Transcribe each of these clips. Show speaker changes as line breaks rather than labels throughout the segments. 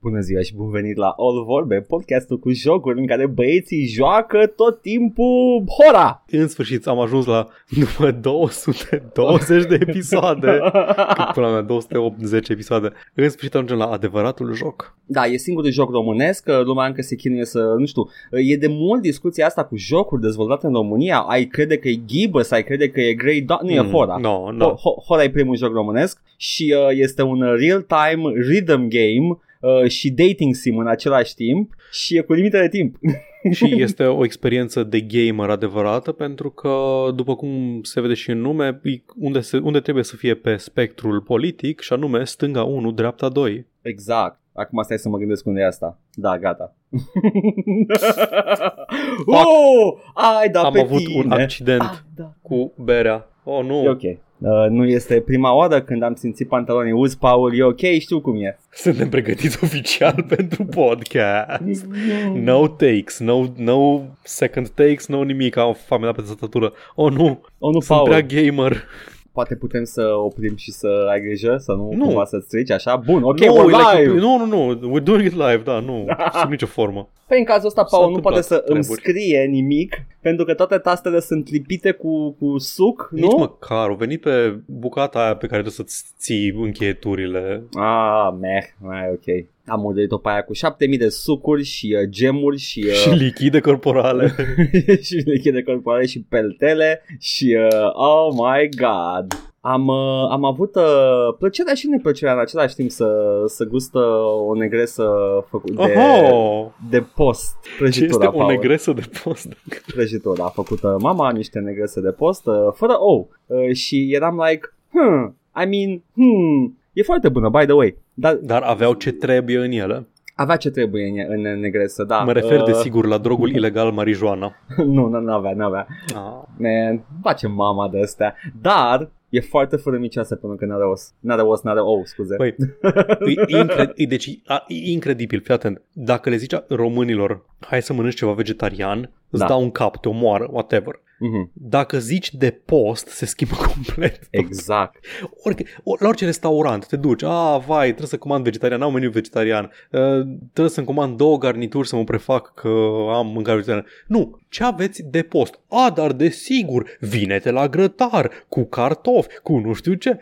Bună ziua și bun venit la All Vorbe, podcastul cu jocuri în care băieții joacă tot timpul hora.
În sfârșit am ajuns la numai 220 de episoade. Cât până la mea, 280 episoade. În sfârșit ajungem la adevăratul joc.
Da, e singurul joc românesc, uh, lumea încă se chinuie să, nu știu, uh, e de mult discuția asta cu jocuri dezvoltate în România, ai crede că e Gibbous, ai crede că e Grey Dog, nu mm, e Hora.
No, no.
Hora e primul joc românesc și uh, este un real-time rhythm game Uh, și dating sim în același timp și e cu limite de timp.
și este o experiență de gamer adevărată pentru că, după cum se vede și în nume, unde, se, unde trebuie să fie pe spectrul politic și anume stânga 1, dreapta 2.
Exact. Acum stai să mă gândesc unde e asta. Da, gata. oh, ai da
Am
pe
avut
tine.
un accident
Ah, da.
cu berea. Oh, nu.
E ok. Uh, nu este prima oară când am simțit pantalonii uzi, Paul, e ok, știu cum e.
Suntem pregătiți oficial pentru
Exact.
podcast. No takes, no, no second takes, no nimic. Am familia pe tastatură. Oh, nu.
O, nu,
Sunt
Paul,
prea gamer.
poate putem să oprim și să ai grijă, să nu,
Nu.
cumva să strici, așa? Bun, ok,
no,
we're
like,
live!
nu, nu, nu. We're doing it live, da, nu. Sub nicio formă.
Păi în cazul ăsta
S-a
Paul nu
întâmplat
poate să îmi
treburi.
scrie nimic Pentru că toate tastele sunt lipite cu, cu suc,
Nici
nu?
măcar. Au venit pe bucata aia pe care trebuie să-ți ții încheieturile.
Ah, meh, mai ok Am urmărit-o pe aia cu 7000 de sucuri și uh, gemuri și, uh,
Și lichide corporale.
și lichide corporale și peltele și uh, oh my god. Am, uh, am avut uh, plăcerea și neplăcerea în același timp să, să gustă o negresă făcută de,
Oho!
de post.
Ce Oh, este
Prăjitura,
o
Paul.
negresă de post?
Prăjitura a făcut uh, mama niște negrese de post uh, fără ou uh, și eram like, hmm, I mean, hmm, e foarte bună, by the way, dar
Dar aveau ce trebuie în ele.
avea ce trebuie în, în negresă, da.
mă refer, desigur, la drogul ilegal marijuana.
Nu, nu avea, nu avea.
Ah.
Man, face mama de astea. Dar e foarte fără micioasă până că n-are os. N-are os, n-are ou, scuze.
Băi, E incre- e, deci, a, e incredibil, fii atent. Dacă le zici românilor, hai să mănânci ceva vegetarian, îți
Da.
dau un cap, te omoară, whatever.
Mhm.
Dacă zici de post, se schimbă complet.
Exact.
Oric, or, la orice restaurant te duci, a, vai, trebuie să comand vegetarian, am meniu vegetarian, uh, trebuie să-mi comand două garnituri să mă prefac că am mâncare vegetariană. Nu, ce aveți de post? A, dar desigur, vinete la grătar, cu cartofi, cu nu știu ce.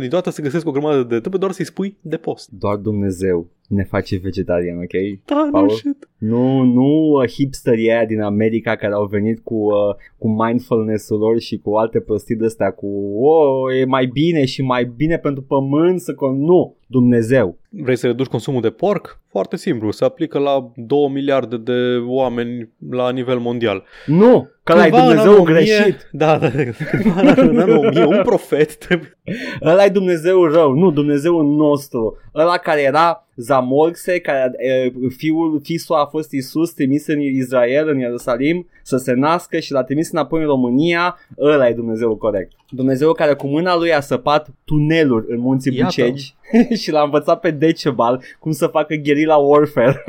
Din toată se găsesc o grămadă de trebuie doar să-i spui de post.
Doar Dumnezeu ne face vegetarian, ok?
Da, nu
Paul?
shit.
Nu, nu uh, hipsterii aia din America care au venit cu, uh, cu mindfulness-ul lor și cu alte prostii de astea cu oh, e mai bine și mai bine pentru pământ să con... Nu, Dumnezeu.
Vrei să reduci consumul de porc? Foarte simplu, se aplică la 2 miliarde de oameni la nivel mondial.
Nu, că l-ai
Cândva în
Dumnezeu
anul 1000
greșit.
Da, da, da. Cândva în anul- în anul 1000, un profet trebuie
Ăla e Dumnezeu rău, nu, Dumnezeul nostru. Ăla care era Zamorxe, care e, fiul, fisul a fost Isus, trimis în Israel, în Ierusalim, să se nască și l-a trimis înapoi în România, ăla e Dumnezeu corect. Dumnezeu care cu mâna lui a săpat tuneluri în munții
Iată.
Bucegi și l-a învățat pe Decebal cum să facă guerilla warfare.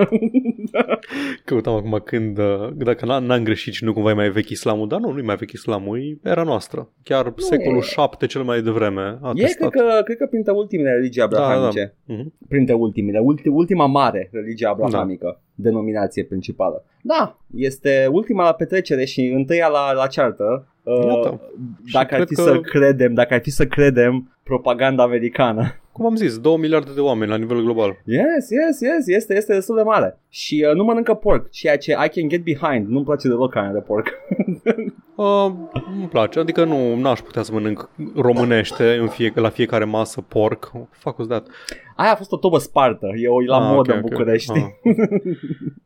Căutam acum când, uh, dacă n- n-am greșit și nu cumva e mai vechi islamul, dar nu, nu e mai vechi islamul, e era noastră. Chiar nu secolul
e.
7 cel mai devreme a
e, cred
testat.
că, cred că printre ultimele religii abrahamice. Da, da.
Mhm.
printre ultimele, ulti, ultima mare religie abrahamică, da. denominație principală. Da, este ultima la petrecere și întâia la, la ceartă. Uh,
Iată. Și
Dacă ar
cred
fi
că-
să credem, dacă ar fi să credem propaganda americană.
Cum am zis, 2 miliarde de oameni la nivel global.
Yes, yes, yes, este, este destul de mare. Și uh, nu mănâncă porc, ceea ce I can get behind. Nu-mi place deloc carne de porc.
Uh, îmi place, adică nu n-aș putea să mănânc românește în fie, la fiecare masă porc. Fuck was that?
Aia a fost o tobă spartă, e o e la
Ah,
modă
ok,
în
ok.
București.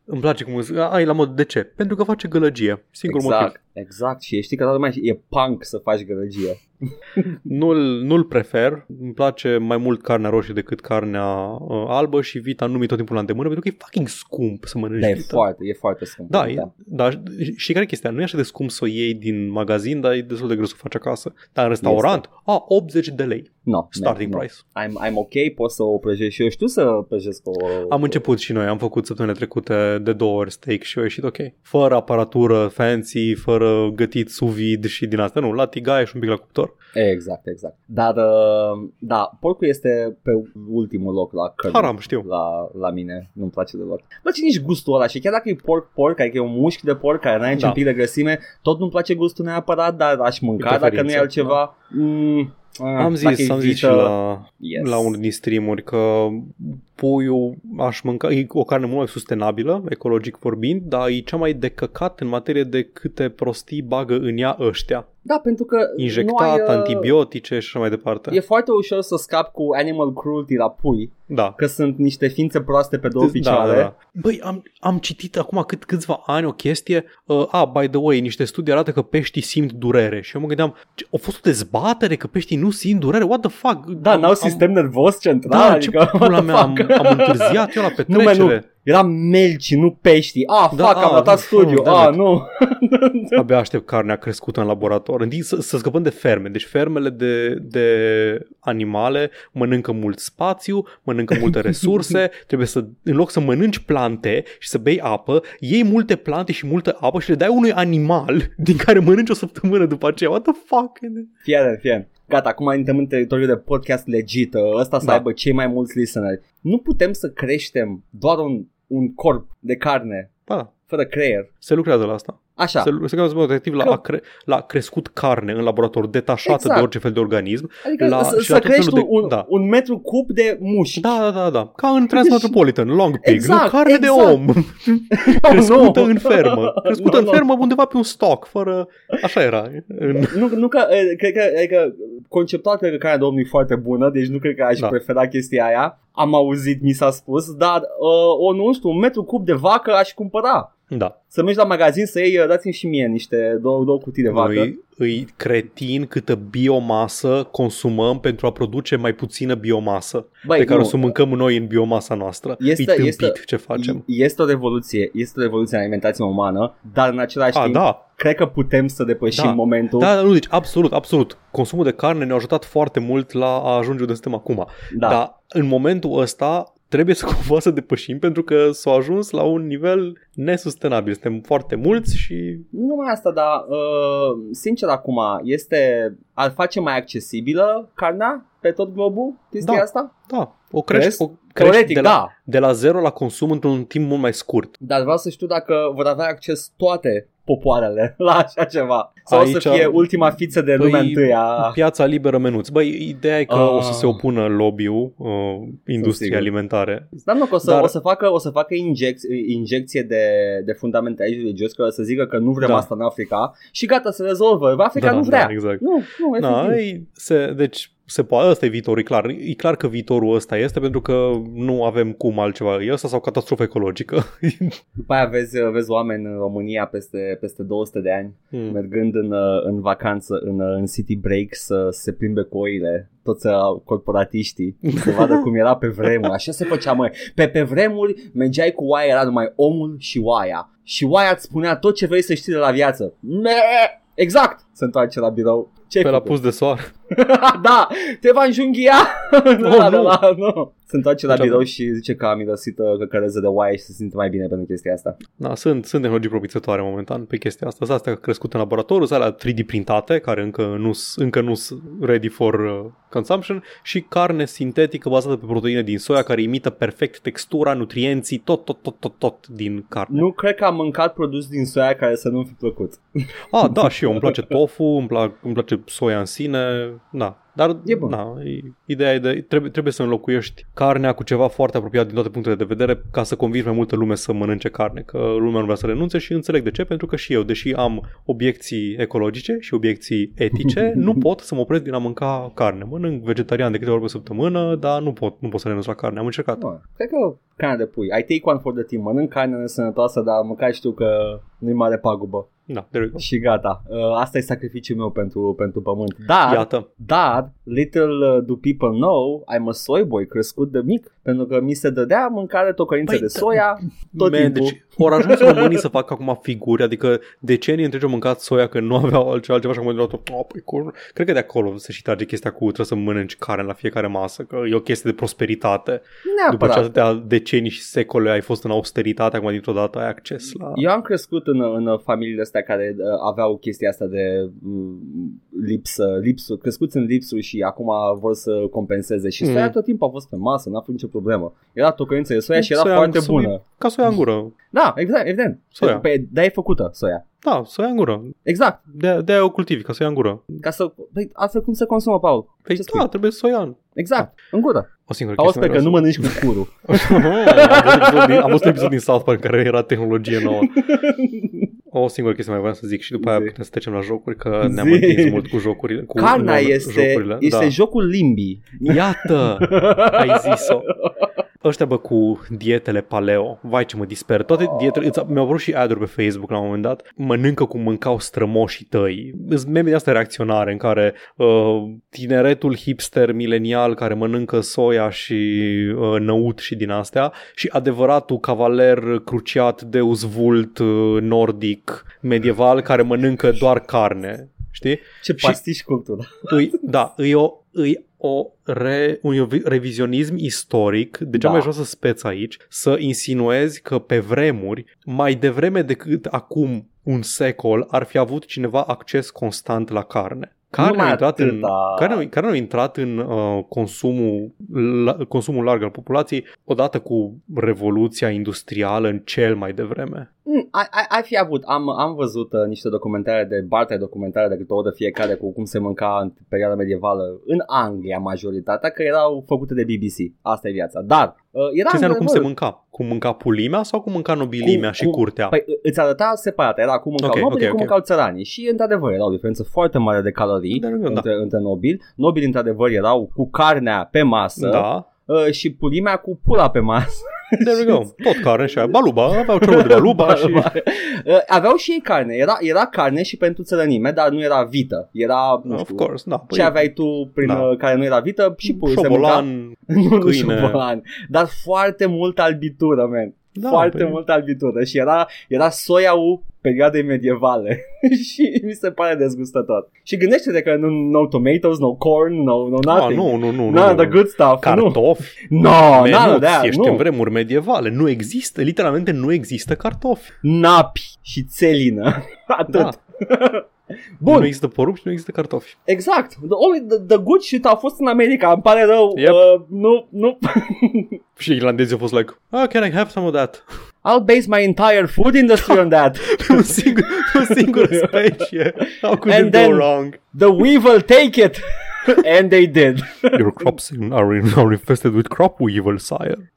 Ah. Îmi place cum îți- ai la mod de ce? Pentru că face gălăgie. Singur motiv.
Exact, exact. Și știi că toată lumea e punk să faci gălăgie.
Nu-l, nu-l prefer, îmi place mai mult carnea roșie decât carnea uh, albă și vita nu mi tot timpul la îndemână pentru că e fucking scump să mănânci
Dar Da, e
vită.
foarte, e foarte scump.
Da, e, da, și- și care e chestia? Nu e așa de scump să o iei din magazin, dar e destul de greu să o faci acasă. Dar în restaurant, a, 80 de lei,
No,
starting
no, no.
price.
I'm, I'm ok, pot să o prăjesc și eu știu să prăjesc o...
Am început și noi, am făcut săptămâna trecută de două ori steak și a ieșit ok. Fără aparatură fancy, fără gătit sous vide și din asta, nu, la tigaie și un pic la cuptor.
Exact, exact. Dar, uh, da, porcul este pe ultimul loc la cărnul.
Haram, știu.
La, la mine, nu-mi place deloc. Nu-mi place nici gustul ăla și chiar dacă e porc, porc, adică e un mușchi de porc care n-ai nici
Da.
un pic de grăsime, tot nu-mi place gustul neapărat, dar aș mânca dacă nu e
preferință, da.
altceva. Mm, ah,
Am
dacă
zis, am
e
zis și
vită,
la,
yes.
la unul din streamuri că puiul aș mânca, e o carne mult mai sustenabilă, ecologic vorbind, dar e cea mai decăcat în materie de câte prostii bagă în ea ăștia.
Da, pentru că nu ai,
Injectat,
uh,
antibiotice și așa mai departe.
E foarte ușor să scap cu animal cruelty la pui,
Da.
că sunt niște ființe proaste pe două picioare.
Băi, am, am citit acum cât, câțiva ani o chestie, uh, a, by the way, niște studii arată că peștii simt durere și eu mă gândeam, ce, a fost o dezbatere că peștii nu simt durere? What the fuck?
Da,
Am-
n-au
am-
sistem nervos central,
Da,
adică,
ce pula
what the
mea, am,
fuck?
am întârziat eu la
Nu, mă, nu.
petrecere.
Era melci, nu pești. Ah, da,
Da,
fac, am
ah,
ratat
da,
studiu.
da,
Ah,
da.
nu.
Abia aștept carnea crescută în laborator. Întâi să, să scăpăm de ferme. Deci fermele de, de animale mănâncă mult spațiu, mănâncă multe resurse. Trebuie să, în loc să mănânci plante și să bei apă, iei multe plante și multă apă și le dai unui animal din care mănânci o săptămână după aceea. What the fuck?
Fier, fier. Gata, acum intrăm în teritoriul de podcast legit. Uh, Ăsta să
Da.
aibă cei mai mulți listeneri. Nu putem să creștem doar un, un corp de carne
Ba, da,
fără creier.
se lucrează la asta.
Așa.
Se, lu- se lucrează în mod activ la,
Da. Că-
a cre, la crescut carne în laborator detașată
Exact.
de orice fel de organism.
Adică
la-
să,
și
să
la tot
crești
felul de-
un,
da.
un metru cub de mușchi.
Da, da, da, da. Ca în Transmetropolitan, Long Pig,
Deci- Exact,
nu carne
exact.
de om.
Oh,
crescută în fermă. Crescută
Nu,
în
nu.
fermă undeva pe un stoc, fără... Așa era. În...
Nu, nu că, e, cred că, adică, conceptual cred că Carnea Domnului e foarte bună, deci nu cred că aș
Da.
da. prefera chestia aia. Am auzit, mi s-a spus, dar uh, o, nu știu, un metru cub de vacă aș cumpăra.
Da.
Să mergi la magazin să iei, uh, dați-mi și mie niște două, două cutii de vacă.
Noi îi cretin câtă biomasă consumăm pentru a produce mai puțină biomasă
Băi,
pe care
nu.
o să o mâncăm noi în biomasa noastră.
Este-
e tâmpit
este-
ce facem.
Este o revoluție, este o revoluție în alimentația umană, dar în același
A,
timp,
da.
cred că putem să depășim
Da.
momentul.
Da, da, nu, deci absolut, absolut. Consumul de carne ne-a ajutat foarte mult la a ajunge unde suntem acum.
Da.
Dar în momentul ăsta trebuie să cumva să depășim pentru că s-a ajuns la un nivel nesustenabil. Suntem foarte mulți și
Nu numai asta, dar uh, sincer acum, este ar face mai accesibilă carnea pe tot globul chestia
Da.
asta?
da, o crești,
Crezi?
o crești de, la,
da,
de la zero la consum într-un timp mult mai scurt.
dar vreau să știu dacă vor avea acces toate popoarele la așa ceva. Sau Aici, o să
Aici-
fie ultima fiță de
Păi,
lumea întâia.
Piața liberă menuți. Băi, ideea e că
Ah.
o să se opună lobby-ul uh, industriei
sigur.
alimentare.
Dar nu, că o să,
Dar-
dar... o să facă, o să facă injec, injecție de, de fundamentalism religios, că o să zică că nu vrem
Da.
da. asta în Africa și gata, se rezolvă. Africa
da,
nu vrea.
Da, exact.
Nu, nu,
Da,
efectiv.
e, se, deci se poate, ăsta e viitorul, e clar. E clar că viitorul ăsta este pentru că nu avem cum altceva. E ăsta sau catastrofă ecologică.
După aia vezi, vezi oameni în România peste, peste 200 de ani
Mm.
mergând în, uh, în vacanță, în, uh, în city break să se plimbe cu oile, toți uh, corporatiștii, să vadă cum era pe vremuri. Așa se făcea, măi. Pe, pe vremuri mergeai cu oaia, era numai omul și oaia. Și oaia îți spunea tot ce vrei să știi de la viață. Meh! Exact! Se întoarce la birou. Ce
Pe la pus de soare.
da, te va înjunghia.
Oh,
da, da,
nu. Deci
da, nu. Se întoarce la
Așa.
birou și zice că a mirosit uh, căcăreză de oaie și se simte mai bine pentru chestia asta.
Da, sunt, sunt tehnologii promițătoare momentan pe chestia asta. Sunt astea crescute în laborator, sunt alea 3D printate, care încă nu s- încă nu sunt ready for uh, consumption, și carne sintetică bazată pe proteine din soia, care imită perfect textura, nutrienții, tot, tot, tot, tot, tot din carne.
Nu cred că am mâncat produs din soia care să nu-mi fi plăcut.
Ah, da, și eu îmi place tofu, îmi, plac, îmi place soia în sine, da. Dar
E bun.
Da, e- ideea e de trebuie, trebuie să înlocuiești carnea cu ceva foarte apropiat din toate punctele de vedere ca să convingi mai multă lume să mănânce carne, că lumea nu vrea să renunțe și înțeleg de ce, pentru că și eu, deși am obiecții ecologice și obiecții etice, nu pot să mă opresc din a mânca carne. Mănânc vegetarian de câteva ori pe săptămână, dar nu pot, nu pot să renunț la carne. Am încercat.
Bă, cred că carne de pui. I take one for the team. Mănânc carne nesănătoasă, dar măcar știu că nu-i mare pagubă.
Da, there you go.
Și gata. Uh, asta e sacrificiul meu pentru, pentru pământ. Dar, Iată.
Iată.
dar, little uh, do people know, I'm a soy boy crescut de mic. Pentru că mi se dădea mâncare tocărință
Păi,
de
da.
soia tot
Man,
timpul.
deci au ajuns românii să facă acum figuri, adică decenii întregi au mâncat soia că nu aveau altceva, altceva și acum de luat oh, păi, cum?" Cred că de acolo se și trage chestia cu trebuie să mănânci carne la fiecare masă, că e o chestie de prosperitate. După ce
Neapărat.
atâtea decenii și secole ai fost în austeritate, acum dintr-o dată ai acces la...
Eu am crescut în, în familiile astea astea care uh, aveau chestia asta de uh, lipsă, lipsuri, crescuți în lipsuri și acum vor să compenseze. Și mm. soia tot timpul a fost pe masă, n-a fost nicio problemă. Era tocăință de soia și era
Deci Soia
foarte
în-
bună.
Ca soia în gură.
Da, exact, evident.
Soia.
Păi, da, e făcută soia.
Da, soia în gură.
Exact.
De- De-aia o cultivi, ca soia în gură.
Ca să... Păi, asta cum se consumă, Paul?
Păi
Ce spui?
da, trebuie soia în...
Exact, în gură.
O singură
Auzi
chestie
pe că nu
mai
mănânci cu curul.
vreau să- am văzut episod din- Am văzut un episod din South Park în care era tehnologie nouă. O singură chestie mai vreau să zic și după aia
Zi.
putem să trecem la jocuri, că ne-am
Zi.
întins mult cu jocurile. Cu
Carna
non-
este,
jocurile.
este
da.
jocul limbii.
Iată, ai zis-o. Ăștia, bă, cu dietele paleo, vai ce mă disper. Toate dietele, îți- mi-au apărut și ad pe Facebook la un moment dat, mănâncă cum mâncau strămoșii tăi. Îți meme de asta reacționare în care uh, tineretul hipster milenial care mănâncă soia și uh, năut și din astea și adevăratul cavaler cruciat de uzvult uh, nordic medieval care mănâncă doar carne. Știi?
Ce
Și-
pastiș cultura.
îi, da, îi o, îi o re, un revizionism istoric, de ce
Da.
da. mai jos să speț aici, să insinuezi că pe vremuri, mai devreme decât acum un secol, ar fi avut cineva acces constant la carne. Carne
Numai
a intrat în,
atâta.
care, au- care a intrat în uh, consumul, la, consumul larg al populației odată cu revoluția industrială în cel mai devreme.
Mm, ai, ai, ai fi avut, am, am văzut uh, niște documentare de barte documentare de câte o oră fiecare cu cum se mânca în perioada medievală în Anglia majoritatea, că erau făcute de BBC. Asta e viața. Dar uh, era
Ce înseamnă cum se
într-adevăr,
mânca? Cum mânca pulimea sau cum mânca nobilimea
Cu-
și
cu-
curtea?
Păi î- îți arăta separat, era cum mâncau
Ok,
okay, nobili,
ok,
cum
ok.
mâncau țăranii și într-adevăr era o diferență foarte mare de calorii
Da, da.
între, între nobili. Nobili într-adevăr erau cu carnea pe masă
da.
uh, și pulimea cu pula pe masă.
There we go. Tot carne și aia. Baluba, aveau ciorul de baluba și...
Uh, Aveau și ei carne, era, era carne și pentru țărănime, dar nu era vită, era, nu
Of
știu,
course, da.
ce aveai tu prin
Da.
uh, care nu era vită și pui, se mânca.
șobolan,
Nu, nu
câine.
șobolan, dar foarte multă albitură, man,
da,
foarte
păi,
multă albitură și era, era soiaul perioadei medievale și mi se pare dezgustător. Și gândește-te că nu, no tomatoes, no corn, no, no
A,
nothing.
Ah, nu, nu, nu.
None of
nu,
the
nu. da,
good stuff, nu.
Cartofi,
No, none of
menuți,
that,
ești
nu.
în vremuri medievale. Nu există, literalmente nu există cartofi.
Napi și țelină. Atât.
Da.
Bun.
Nu există porumb și nu există cartofi.
Exact. The, only, the, the good shit a fost în America, îmi pare rău.
Yep.
Uh, nu, nu.
Și irlandezii au fost like, oh, can I have some of that?
I'll base my entire food industry on that.
Pe un singur, pe o singură specie. How could
And
you
then-
go wrong?
The weevil take it. And they did.
Your crops are, are infested with crop weevil, sire.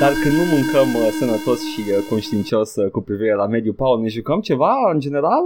Dar când nu mâncăm uh, sănătos și uh, conștiincios uh, cu privire la mediul Paul, ne jucăm ceva în general?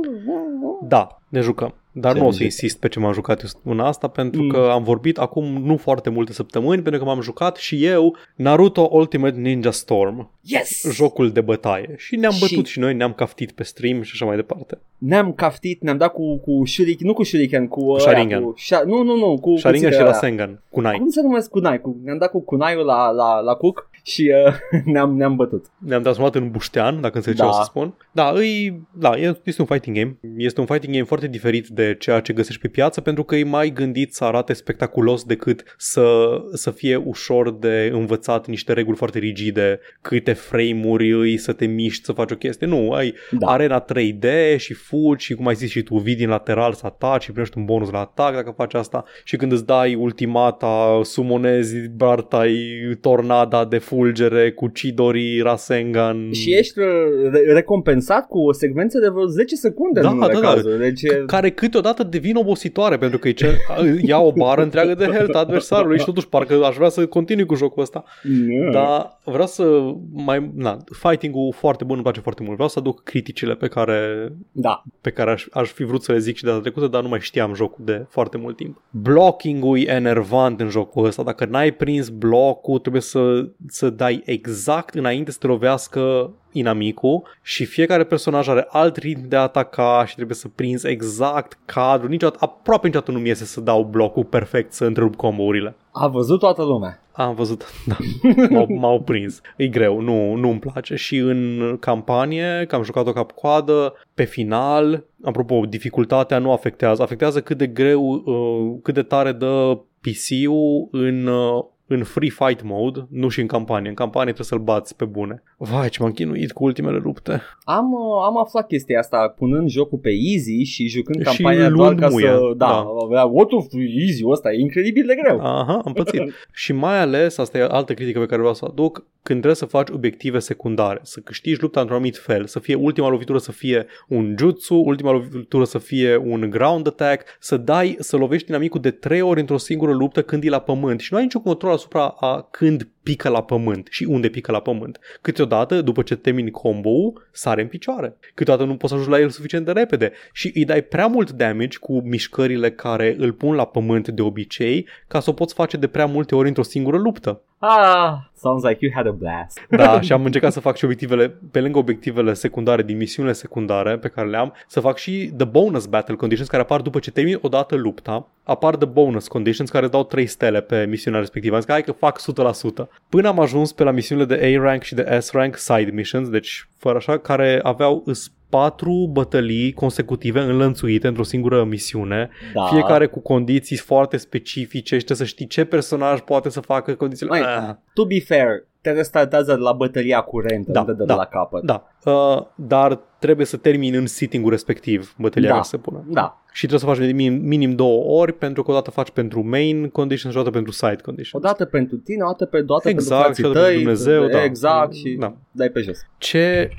Da, ne jucăm. Dar
Ce
nu o să
jucăm?
insist pe ce m-am jucat eu săptămâna asta, pentru
Mm.
că am vorbit acum nu foarte multe săptămâni, pentru că m-am jucat și eu Naruto Ultimate Ninja Storm,
Yes!
jocul de bătaie. Și ne-am
Și-
bătut și noi, ne-am caftit pe stream și așa mai departe.
Ne-am caftit, ne-am dat cu, cu shuriken, nu cu shuriken, cu... ăla,
Sharingan.
Cu, sha- nu, nu, nu, cu...
Sharingan și
cuțitul ăla.
Rasengan, Kunai.
Cum se numesc kunai? Cu, ne-am dat cu kunaiul la, la, la cuc și uh, ne-am, ne-am bătut.
Ne-am transformat în buștean, dacă înțelegi
Da.
ce o să spun. Da, îi, da, e- este un fighting game. Este un fighting game foarte diferit de ceea ce găsești pe piață, pentru că e mai gândit să arate spectaculos decât să, să fie ușor de învățat niște reguli foarte rigide, câte frame-uri îi să te miști, să faci o chestie. Nu, ai
Da.
da. arena 3D și fugi și cum ai zis și tu vii din lateral să ataci și primești un bonus la atac dacă faci asta și când îți dai ultimata sumonezi Bartai tornada de fulgere cu Chidori Rasengan
Și ești uh, re- recompensat cu o secvență de vreo 10 secunde
Da,
în unele
da, da.
cazuri. Deci e-
care câteodată devin obositoare pentru că îi cer, ia o bară întreagă de health a adversarului și totuși parcă aș vrea să continui cu jocul ăsta
Mm.
Dar vreau să mai... Na, fighting-ul foarte bun, îmi place foarte mult. Vreau să aduc criticile pe care
da.
pe care aș, aș fi vrut să le zic și data trecută, dar nu mai știam jocul de foarte mult timp. Blocking-ul e enervant în jocul ăsta. Dacă n-ai prins blocul, trebuie să, să dai exact înainte să te lovească inamicul și fiecare personaj are alt ritm de a ataca și trebuie să prinzi exact cadrul. Niciodată, aproape niciodată nu-mi iese să dau blocul perfect să întrerup combourile.
A văzut toată lumea.
Am văzut, da, m-au, m-au prins. E greu, nu, nu îmi place. Și în campanie, că am jucat-o cap-coadă, pe final, apropo, dificultatea nu afectează. Afectează cât de greu, uh, cât de tare dă PC-ul în uh, în free fight mode, nu și în campanie. În campanie trebuie să-l bați pe bune. Vai, ce m-am chinuit cu ultimele lupte.
Am, uh, am aflat chestia asta punând jocul pe easy și jucând campania și doar ca
muie,
să... Da, da.
da.
what of easy ăsta e incredibil de greu.
Aha, am pățit. și mai ales, asta e altă critică pe care vreau să o aduc, când trebuie să faci obiective secundare, să câștigi lupta într-un anumit fel, să fie ultima lovitură să fie un jutsu, ultima lovitură să fie un ground attack, să dai, să lovești dinamicul de trei ori într-o singură luptă când e la pământ și nu ai niciun control asupra a când pică la pământ și unde pică la pământ. Câteodată, după ce termini combo sare în picioare. Câteodată nu poți ajunge la el suficient de repede și îi dai prea mult damage cu mișcările care îl pun la pământ de obicei ca să o poți face de prea multe ori într-o singură luptă.
Ah, sounds like you had a blast.
Da, și am încercat să fac și obiectivele, pe lângă obiectivele secundare, din misiunile secundare pe care le-am, să fac și the bonus battle conditions care apar după ce termin odată lupta, apar the bonus conditions care îți dau 3 stele pe misiunea respectivă. Am zis că hai că fac 100%. Până am ajuns pe la misiunile de A-rank și de S-rank side missions, deci fără așa, care aveau patru bătălii consecutive înlănțuite într-o singură misiune,
Da.
fiecare cu condiții foarte specifice și trebuie să știi ce personaj poate să facă condițiile.
Mai,
Ah.
to be fair, te restartează de la bătălia curentă,
Da,
da, de, de,
da,
de la capăt.
Da, uh, dar trebuie să termin în sitting-ul respectiv bătălia
Da.
care se pune.
Da.
Și trebuie să faci minim, minim două ori, pentru că odată faci pentru main condition și odată pentru side
O
condition.
dată pentru tine, o dată pe o dată
Exact, și
pentru frații
odată pentru
tăi,
Dumnezeu, da.
exact, și
Da.
dai pe jos.
Ce...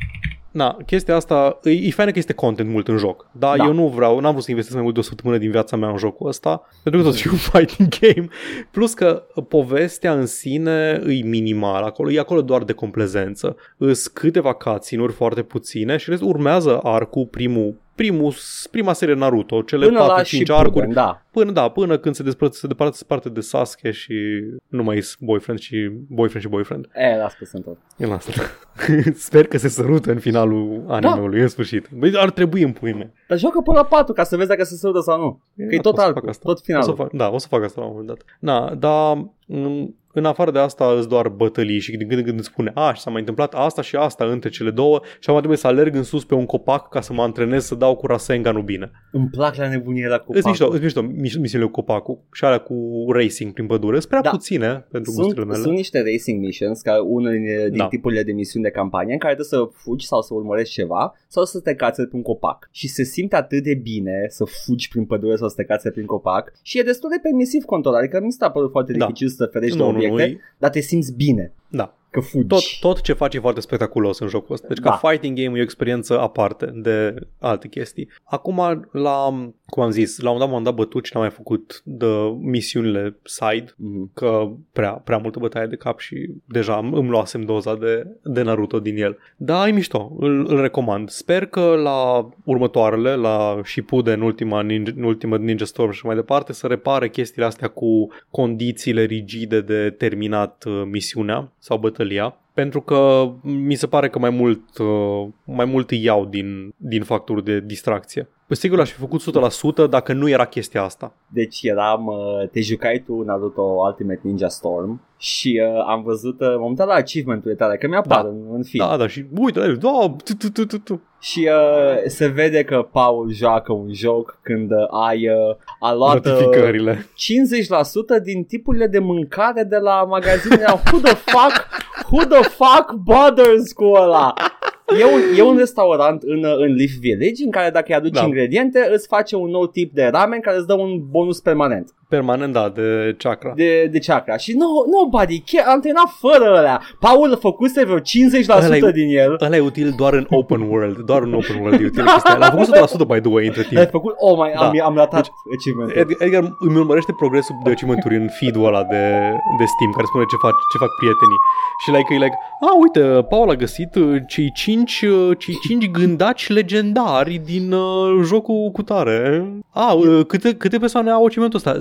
Na, chestia asta, e, e faină că este content mult în joc, dar
Da.
da. eu nu vreau, n-am vrut să investesc mai mult de o săptămână din viața mea în jocul ăsta, pentru că totuși e un fighting game. Plus că povestea în sine e minimală, acolo, e acolo doar de complezență. Îs câteva cutscene-uri foarte puține și în rest urmează arcul primul, primul, prima serie Naruto, cele
Până la
4-5 arcuri
Shippuden, da.
Până, da, până când se despărț, se departe, se parte de Sasuke și nu mai sunt boyfriend și boyfriend și boyfriend.
E, las că sunt tot.
E la asta. Sper că se sărută în finalul animeului, în sfârșit. Băi, ar trebui în pui mei.
Dar joacă până la 4 ca să vezi dacă se sărută sau nu. Că e
Gata,
tot
da, o să fac
altul,
asta.
tot
O să
finalul.
fac, da, o să fac asta la un moment dat. Na, dar în, în afară de asta îți doar bătălii și din când în când îți spune a, și s-a mai întâmplat asta și asta între cele două și acum trebuie să alerg în sus pe un copac ca să mă antrenez să dau cu Rasenganul bine.
Îmi plac la nebunie la
Îți mișto,
copacul.
îți mișto mis- misiunile cu copacul și alea cu racing prin pădure. Sunt prea
Da.
puține pentru
Sunt,
gusturile mele.
sunt niște racing missions, care unul din
Da.
da. tipurile de misiuni de campanie în care trebuie să fugi sau să urmărești ceva sau să te cațe prin copac. Și se simte atât de bine să fugi prin pădure sau să te cațe prin copac și e destul de permisiv control, adică mi s-a părut foarte
Da.
dificil să te ferești de
Nu, nu, nu,
obiecte,
e-
dar te simți bine
Da.
că fugi.
Tot, tot ce faci e foarte spectaculos în jocul ăsta. Deci ca
Da.
fighting game e o experiență aparte de alte chestii. Acum, la, cum am zis, la un moment dat m-am dat bătut și n-am mai făcut de misiunile side
Mhm.
că prea, prea multă bătaie de cap și deja îmi îmi luasem doza de, de Naruto din el. Da, e mișto, îl, îl recomand. Sper că la următoarele, la Shippuden, ultima ninja, în ultima Ninja Storm și mai departe, să repare chestiile astea cu condițiile rigide de terminat uh, misiunea sau bătălia. Pentru că mi se pare că mai mult, uh, mai mult îi iau din, din factorul de distracție. Sigur l-aș fi făcut 100% dacă nu era chestia asta.
Deci eram, uh, te jucai tu Naruto Ultimate Ninja Storm și uh, am văzut uh, m-am uitat la achievement-urile tale, că mi-apar
Da.
în, în film.
Da, da, și uite, da, tu, tu, tu, tu, tu.
Și uh, se vede că Paul joacă un joc când uh, ai uh, a luat uh, 50%
notificările.
din tipurile de mâncare de la magazinele Who the fuck, who the fuck bothers cu ăla? E un, e un restaurant în, uh, în Leaf Village în care dacă îi aduci
Da.
da. ingrediente îți face un nou tip de ramen care îți dă un bonus permanent.
Permanent, da, de chakra.
de, de chakra și no, nobody care, am terminat fără ălea. Paul a făcuse vreo 50%
Ăla-i-
din el.
Ăla e util doar în open world, doar în open world e util chestia. aia. L-a făcut 100% by the way între
Ai
timp.
făcut, oh mai
Da.
am, am ratat achievement
Edgar, Edgar îmi urmărește progresul de achievement în feed-ul ăla de, de Steam care spune ce fac, ce fac prietenii. Și like, e like, a, uite, Paul a găsit uh, cei 5 cinci, uh, cei cinci gândaci legendari din uh, jocul cu tare. A, uh, câte, câte persoane au achievement ăsta?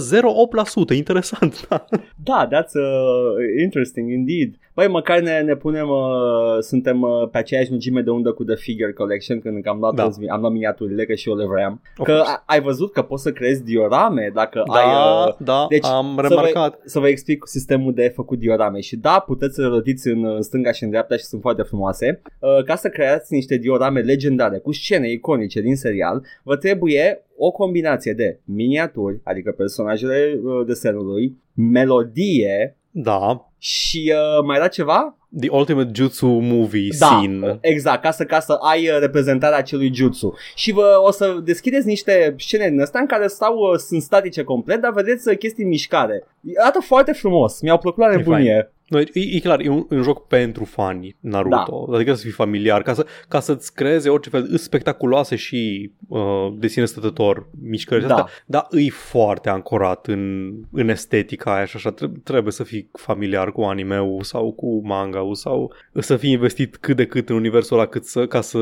0,08%, interesant. Da.
Da, that's uh, interesting indeed. Băi, măcar ne, ne punem, uh, suntem uh, pe aceeași lungime de undă cu The Figure Collection când am luat,
Da.
toți, am luat miniaturile, că și eu le vreau.
Of
Că
course.
a, ai văzut că poți să creezi diorame dacă ai...
Da,
Uh,
da,
deci,
deci, am
să
remarcat.
să vă explic sistemul de făcut diorame și da, puteți să le rotiți în, în stânga și în dreapta și sunt foarte frumoase. Uh, ca să creați niște diorame legendare cu scene iconice din serial, vă trebuie o combinație de miniaturi, adică personajele uh, desenului, melodie
Da.
și uh, mai era ceva?
The Ultimate Jutsu Movie
Da,
Scene.
exact, ca să, ca să ai uh, reprezentarea acelui jutsu. Și vă, o să deschideți niște scene din astea în care stau, uh, sunt statice complet, dar vedeți uh, chestii în mișcare. Arată foarte frumos, mi-au plăcut la
E
nebunie.
No, e, e clar, e un, un joc pentru fani Naruto. Da. Adică să fii familiar, ca, să, ca să-ți creeze orice fel. Sunt spectaculoase și uh, de sine stătător mișcări
Da.
da. astea, dar e foarte ancorat în, în estetica aia și așa. Trebuie, trebuie să fii familiar cu anime-ul sau cu manga-ul sau să fii investit cât de cât în universul ăla cât să, ca să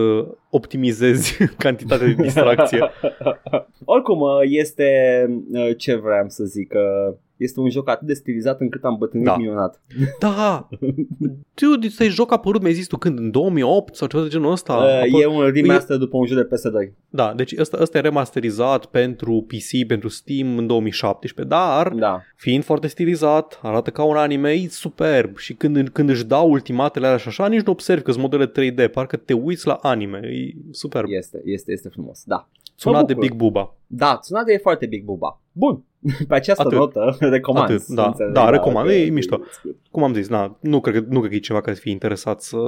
optimizezi cantitatea de distracție.
Oricum, uh, este uh, ce vreau să zic, uh, este un joc atât de stilizat încât am bătrânit
Da.
minunat.
da! Dude, ăsta e joc apărut, mi-ai zis tu, când? În 2008 sau ceva de genul ăsta?
Uh,
Apă-
e un remaster după un joc de PS2.
Da, deci ăsta, ăsta e remasterizat pentru PC, pentru Steam în 2017, dar
Da.
fiind foarte stilizat, arată ca un anime, e superb și când, când își dau ultimatele alea și așa, nici nu observi că sunt modele 3D, parcă te uiți la anime, e superb. Yeah.
Este, este, este frumos. Da.
Sunat de
bucur.
Big Buba.
Da, Tsunade e foarte Big Buba. Bun, pe această
Atât.
notă recomand.
Atât, da.
înțeleg,
Da, recomand.
că-
E mișto. Cum am zis, na, nu, cred că, nu cred că e ceva care să fie interesat să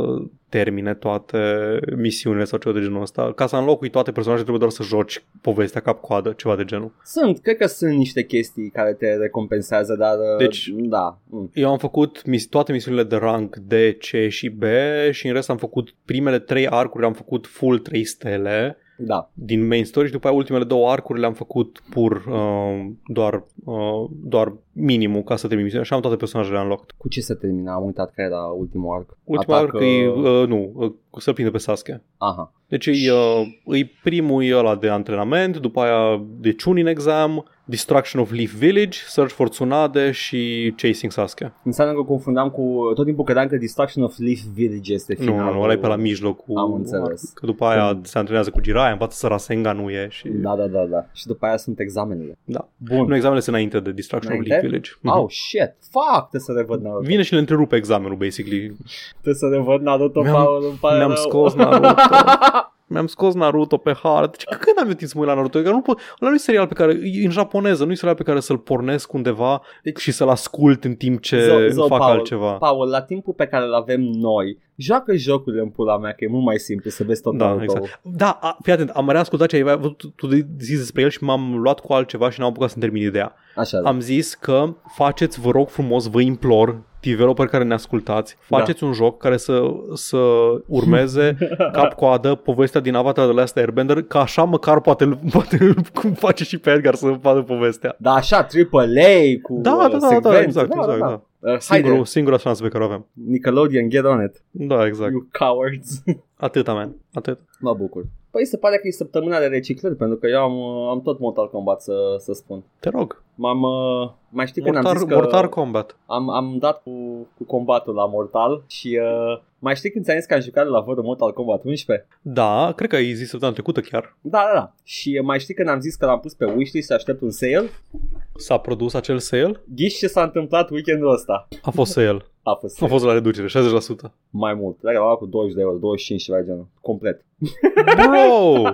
termine toate misiunile sau ceva de genul ăsta. Ca să înlocui toate personajele trebuie doar să joci povestea cap-coadă, ceva de genul.
Sunt, cred că sunt niște chestii care te recompensează, dar deci,
Deci-
da. mm.
Eu am făcut mis- toate misiunile de rank D, C și B și în rest am făcut primele trei arcuri, am făcut full 3 stele
Da,
din main story și după aia ultimele două arcuri le-am făcut pur uh, doar, uh, doar minimul ca să termin misiunea și am toate personajele unlocked.
cu ce se termina? Am uitat care era ultimul arc.
Ultima
Atac,
Atac, arc e,
uh,
uh, nu, uh, să prinde pe Sasuke.
Aha.
Deci e, uh, e primul e ăla de antrenament, după aia de Chunin exam, Destruction of Leaf Village, Search for Tsunade și Chasing Sasuke.
Înseamnă că confundam cu... Tot timpul credeam că Destruction of Leaf Village este
Nu,
finalul.
nu, nu, ăla e pe la mijlocul.
Am înțeles.
Că după aia
Când-
se antrenează cu Jiraiya, învață să Rasengan nu e și...
Da, da, da, da. Și după aia sunt examenele.
Da.
Bun.
Nu, examenele sunt înainte de Destruction of
Înainte?
Leaf Village. Mhm.
Oh, shit. Fuck, trebuie să revăd Naruto.
Vine și le întrerupe examenul, basically.
Trebuie să revăd Naruto,
Mi-am-
Paul, îmi pare
Mi-am
rău.
scos Naruto. Mi-am scos Naruto pe hard. Deci, când am eu timp să mă uit la Naruto? Că nu pot... Ăla nu e serial pe care... E în japoneză. Nu e serial pe care să-l pornesc undeva
Deci-
și să-l ascult în timp ce
Zo- zo,
fac
Paul,
altceva.
Paul, la timpul pe care îl avem noi, joacă jocurile în pula mea, că e mult mai simplu să vezi tot
Da,
Naruto.
exact. Da, a, fii atent, am reascultat ce ai văzut tu de zis despre el și m-am luat cu altceva și n-am apucat să-mi termin ideea.
Așa, da.
Am zis că faceți, vă rog frumos, vă implor, developer care ne ascultați,
Da.
faceți un joc care să, să urmeze cap-coadă povestea din Avatar de la Last Airbender, că așa măcar poate, îl- poate îl- cum face și pe Edgar să vadă povestea.
Da, așa, triple A cu
Da,
uh,
da, da, da,
secvențe.
da, exact, exact, da.
Uh,
Singurul,
haide,
singura șansă pe care o avem.
Nickelodeon, get on it,
Da, exact.
you cowards.
Atâta, man. Atât.
mă bucur. Păi se pare că e săptămâna de reciclări, pentru că eu am, uh, am tot Mortal Kombat să, să spun.
Te rog.
M-am, uh, mai știi când
Mortar,
am zis că
Mortar Combat.
am, am dat cu, cu combatul la Mortal și uh, mai știi când ți-am zis că am jucat la vărul Mortal Kombat 11?
Da, cred că ai zis săptămâna trecută chiar.
Da, da, da. Și mai știi când am zis că l-am pus pe wishlist să aștept un sale?
S-a produs acel sale?
Ghiși ce s-a întâmplat weekendul ăsta.
A fost sale.
A fost
A
sale.
fost la reducere, 60%.
mai mult. Dacă l-am luat cu 20 de euro, 25 ceva de genul. Complet.
Bro!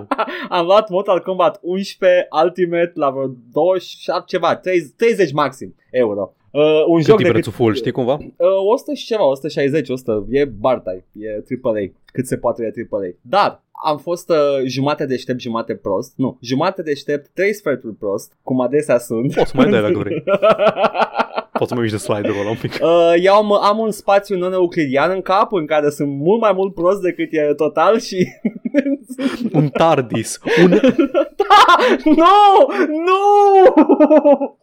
Am luat Mortal Kombat 11 Ultimate la vreo 27 ceva, 30, 30 maxim euro. Uh, un
Cât
joc
e
de cât,
prețul full, știi cumva?
uh, 100 și ceva, 160, 100, e Bartai, e AAA, cât se poate de AAA. Dar am fost uh, jumate deștept, jumate prost, nu,
Oh.
jumate deștept, trei sferturi prost, cum adesea sunt.
Poți să mai dai dacă vrei. Poți să mă miști de slider-ul ăla un pic.
Uh, eu am, am un spațiu non-euclidian în cap în care sunt mult mai mult prost decât e total și...
Un TARDIS. Un...
no! Nu!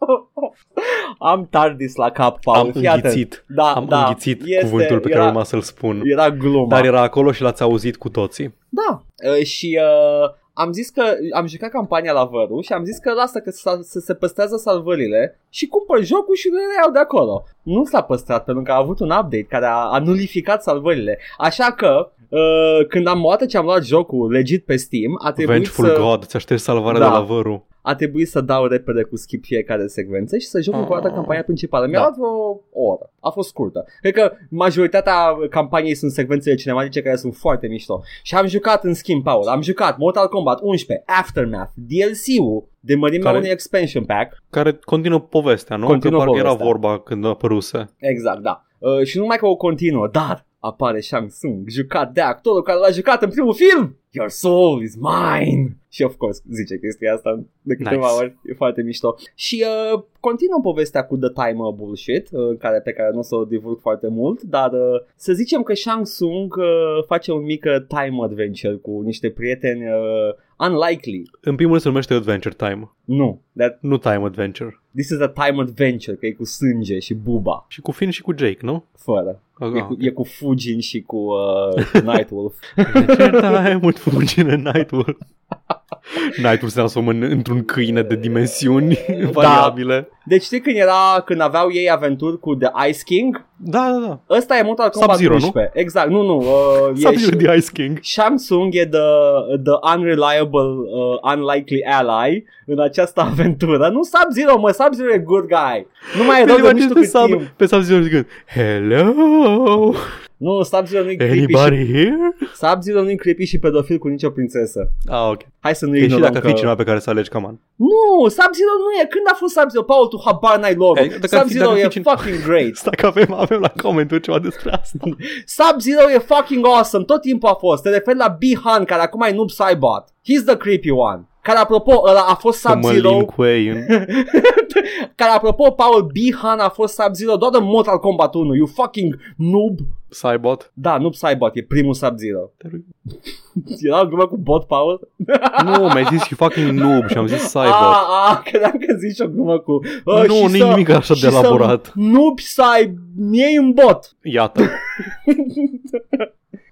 am TARDIS la cap, Paul.
Am
Fii atent.
înghițit.
Da,
Am
da,
înghițit
este,
cuvântul pe care
era,
urma să-l spun.
Era gluma.
Dar era acolo și l-ați auzit cu toții.
Da. Uh, și uh, am zis că am jucat campania la Văru și am zis că lasă că să, să se păstrează salvările și cumpăr jocul și le iau de acolo. Nu s-a păstrat pentru că a avut un update care a, a nulificat salvările. Așa că uh, când am luat ce am luat jocul legit pe Steam, a trebuit,
Vengeful
să,
God, ți-a șters salvarea
Da.
de la vărul.
a trebuit să dau repede cu skip fiecare secvență și să joc încă o dată
Ah.
campania principală. Mi-a
Da.
luat o oră. A fost scurtă. Cred că majoritatea campaniei sunt secvențele cinematice care sunt foarte mișto. Și am jucat în schimb, Paul. Am jucat Mortal Kombat 11, Aftermath, DLC-ul de mărimea
Care-
unui expansion pack.
Care continuă povestea, nu?
Continuă
că parcă era
povestea.
vorba când apăruse.
Exact, da. Uh, și nu numai că o continuă, dar apare Shang Tsung, jucat de actorul care l-a jucat în primul film. Your soul is mine! Și of course zice chestia asta de câteva
Nice.
ori, e foarte mișto. Și uh, continuă povestea cu The Timer Bullshit, uh, care, pe care nu o să o divulg foarte mult, dar uh, să zicem că Shang Tsung uh, face un mic uh, time adventure cu niște prieteni uh, unlikely.
În primul rând se numește Adventure Time,
Nu, that,
nu Time Adventure.
this is a time adventure, că e cu sânge și buba,
Și cu Finn și cu Jake, nu?
fără. E
Ah,
cu, e cu Fujin și cu uh, cu Nightwolf.
Adventure Time, with Fugine Nightwolf. Nightwolf se transformă în, într-un câine de dimensiuni
Da.
variabile.
Deci știi când era când aveau ei aventuri cu The Ice King?
Da, da, da.
Ăsta e Mortal Kombat
Sub-Zero, nu?
11. Exact, nu, nu. Uh, e
Sabir
și,
de Ice King.
Samsung e the, the unreliable, uh, unlikely ally în această aventură. Nu Sub-Zero, mă, Sub-Zero e good guy. Nu mai e rău de nu știu
Pe
cât
sub,
timp.
pe sub zero zicând Hello,
Nu, Sub-Zero nu e creepy și,
anybody here?
Sub-Zero nu e creepy și pedofil cu nicio prințesă.
Ah, ok.
Hai să nu
E și
ignorăm
dacă
că...
ar fi cineva pe care să alegi, cam
Nu, Sub-Zero nu e. Când a fost Sub-Zero? Paul, tu habar n-ai lor.
Ei, dacă ar fi-
Sub-Zero
dacă ar fi
e
cineva-
fucking great.
Stai că avem, avem la comenturi ceva despre asta.
Sub-Zero e fucking awesome, tot timpul a fost. Te referi la Bihan, care acum e Noob Saibot. He's the creepy one. Care apropo, ăla a fost
Să mă
Sub-Zero
lin cu ei. în-
Care apropo, Paul Bihan a fost Sub-Zero doar de Mortal Kombat 1 You fucking noob
Cybot.
Da, Noob Saibot e primul Sub-Zero
Te rog.
Era o glumă cu bot, Paul?
Nu, mi-ai zis și fucking noob și am zis Cybot.
A, a, credeam că zici o glumă cu oh,
Nu,
Ah, și
nu-i
să-
nimic așa de
și să
elaborat.
Noob Saib Mie în bot
Iată.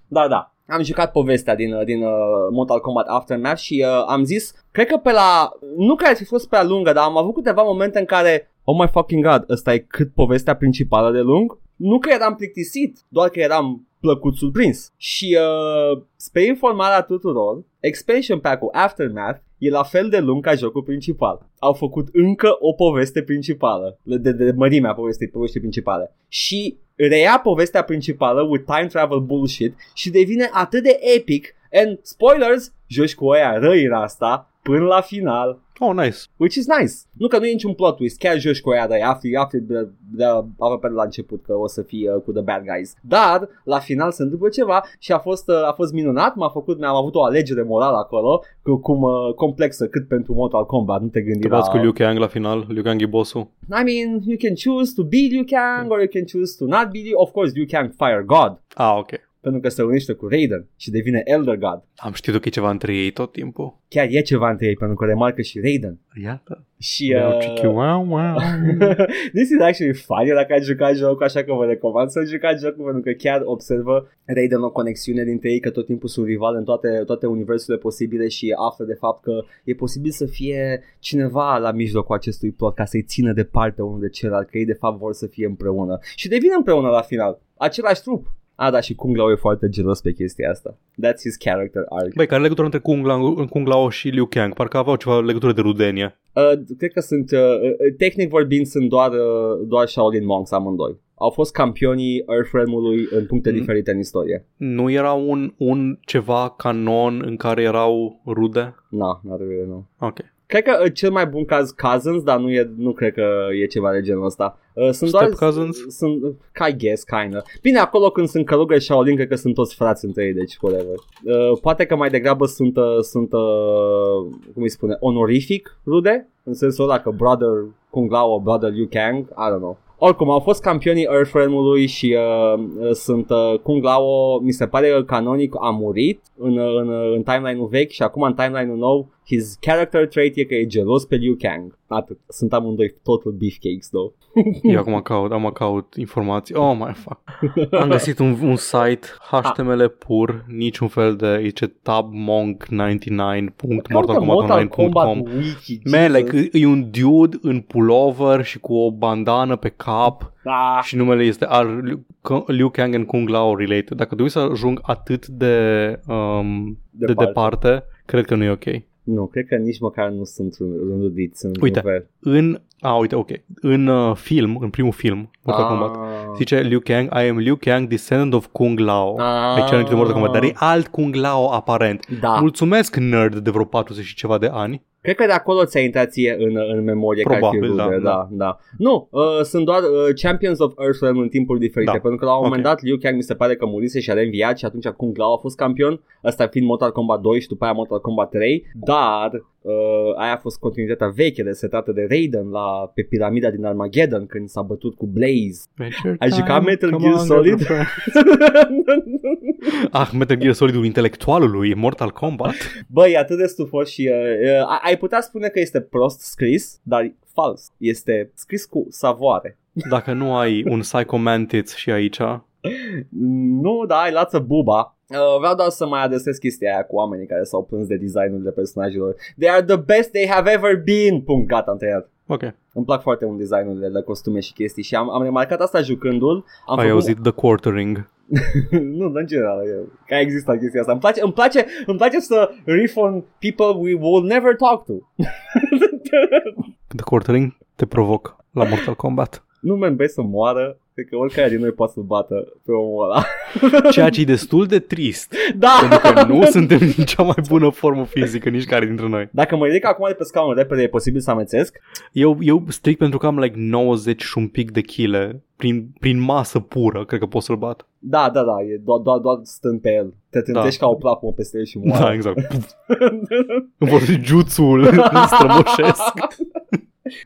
Da, da. Am jucat povestea din, uh, din uh, Mortal Kombat Aftermath și uh, am zis, cred că pe la, nu că ar fi fost prea lungă, dar am avut câteva momente în care, oh my fucking god, ăsta e cât povestea principală de lung? Nu că eram plictisit, doar că eram plăcut surprins. Și uh, spre informarea tuturor, expansion pack-ul Aftermath e la fel de lung ca jocul principal. Au făcut încă o poveste principală, de, de, de mărimea povestei, povestii principale. Și reia povestea principală with time travel bullshit și devine atât de epic and spoilers, joci cu aia răi în asta până la final.
Oh, nice.
Which is nice. Nu că nu e niciun plot twist, chiar joci cu aia, dar afli, afli de, de, aproape de la început că o să fie uh, cu The Bad Guys. Dar la final se întâmplă ceva și a fost, uh, a fost minunat, m-a făcut, mi-am avut o alegere morală acolo, cu, cum uh, complexă cât pentru Mortal Kombat, nu te gândi
Te
la...
bați cu Liu Kang la final, Liu Kang e bossul.
I mean, you can choose to be Liu Kang or you can choose to not be Liu. Of course, Liu Kang Fire God,
Ah, ok.
pentru că se unește cu Raiden și devine Elder God.
Am știut că e ceva între ei tot timpul.
Chiar e ceva între ei, pentru că remarcă și Raiden.
Iată.
Și...
Yeah.
Uh,
Wow, wow.
This is actually fun Eu dacă ați jucat jocul Așa că vă recomand să jucați jocul Pentru că chiar observă Raiden o conexiune dintre ei Că tot timpul sunt rival În toate, toate universurile posibile Și află de fapt că E posibil să fie cineva la mijlocul acestui plot Ca să-i țină departe unul de celălalt Că ei de fapt vor să fie împreună Și devin împreună la final Același trup a, da, și Kung Lao e foarte gelos pe chestia asta. That's his character arc.
Băi, care legătură între Kung Lao, Kung Lao și Liu Kang? Parcă aveau ceva legătură de rudenie.
Uh, cred că sunt, uh, uh, tehnic vorbind, sunt doar, uh, doar Shaolin Monks amândoi. Au fost campionii Earthrealm-ului în puncte
Mm.
diferite în istorie.
Nu era un, un ceva canon în care erau rude?
Na, nu trebuie, nu.
Ok.
Cred că uh, cel mai bun caz Cousins, dar nu, e, nu cred că e ceva de genul ăsta. Uh, sunt
Step
doar...
Cousins?
Sunt, ca I guess, kinda. Bine, acolo când sunt călugări Shaolin, cred că sunt toți frați între ei, deci whatever. Uh, poate că mai degrabă sunt, uh, sunt uh, cum îi spune, onorific rude, în sensul ăla că brother Kung Lao, brother Liu Kang, I don't know. Oricum, au fost campionii Earthrealm-ului și uh, sunt uh, Kung Lao, mi se pare că canonic a murit în, uh, în, în timeline-ul vechi și acum în timeline-ul nou his character trait e că e gelos pe Liu Kang. Atât. Sunt amândoi totul beefcakes, though.
Eu acum caut, am caut informații. Oh my fuck. Am găsit un, un site HTML pur, niciun fel de, zice tabmonk99.mortalkombat.online.com
Wiki,
Man,
Jesus.
like, e- e un dude în pullover și cu o bandană pe cap
Da.
și numele este ar Liu Kang and Kung Lao related. Dacă trebuie să ajung atât de, um, de
Departe.
departe, cred că nu e ok.
Nu, cred că nici măcar nu sunt rând- rânduliți în
Uite,
fel.
În, a, uite, ok, în uh, film, în primul film,
Ah.
Mortal Kombat, zice Liu Kang, I am Liu Kang, descendant of Kung Lao.
Ah.
Aici înainte de Deci, Mortal Kombat, dar e alt Kung Lao aparent.
Da.
Mulțumesc nerd de vreo 40 și ceva de ani.
Cred că de acolo ți-a intrat ție în, în memorie
Probabil,
ca și
da,
rude,
da.
da, da. Nu, uh, sunt doar uh, Champions of Earthrealm în timpuri diferite,
Da.
da. pentru că la un moment
Ok.
dat Liu Kang mi se pare că murise și a reînviat și atunci Kung Lao a fost campion, ăsta fiind Mortal Kombat 2 și după aia Mortal Kombat 3, dar uh, aia a fost continuitatea veche resetată de Raiden la, pe piramida din Armageddon când s-a bătut cu Blaze. Ai jucat Metal Gear Solid?
ah, Metal Gear Solidul intelectualului, e Mortal Kombat.
Băi, e atât de stufos și uh, uh, ai putea spune că este prost scris, dar fals. Este scris cu savoare.
Dacă nu ai un Psycho Mantis și aici,
Nu, da, îi lasă buba. Uh, vreau doar să mai adresez chestia aia cu oamenii care s-au plâns de designul de personajelor. They are the best they have ever been! Punct, gata, am tăiat.
ok.
Îmi plac foarte mult designurile de costume și chestii și am, am remarcat asta jucându-l. Am
Ai auzit The Quartering.
nu, dar în general, eu, că a existat chestia asta. Îmi place, îmi place, îmi place să riff on people we will never talk to.
The Quartering te provoc la Mortal Kombat.
nu mă să moară, cred că oricare din noi poate să bată pe omul ăla.
Ceea ce e destul de trist,
da!
pentru că nu suntem în cea mai bună formă fizică nici care dintre noi.
Dacă mă ridic acum de pe scaun repede, e posibil să amețesc?
Eu, eu strict pentru că am like 90 și un pic de chile prin, prin masă pură, cred că pot să-l bat.
Da, da, da, e doar, doar, doar stând pe el. Te trântești da. ca o plapă peste el și
Wow. Da,
moare.
exact. Îmi vor jutsul, îl strămoșesc.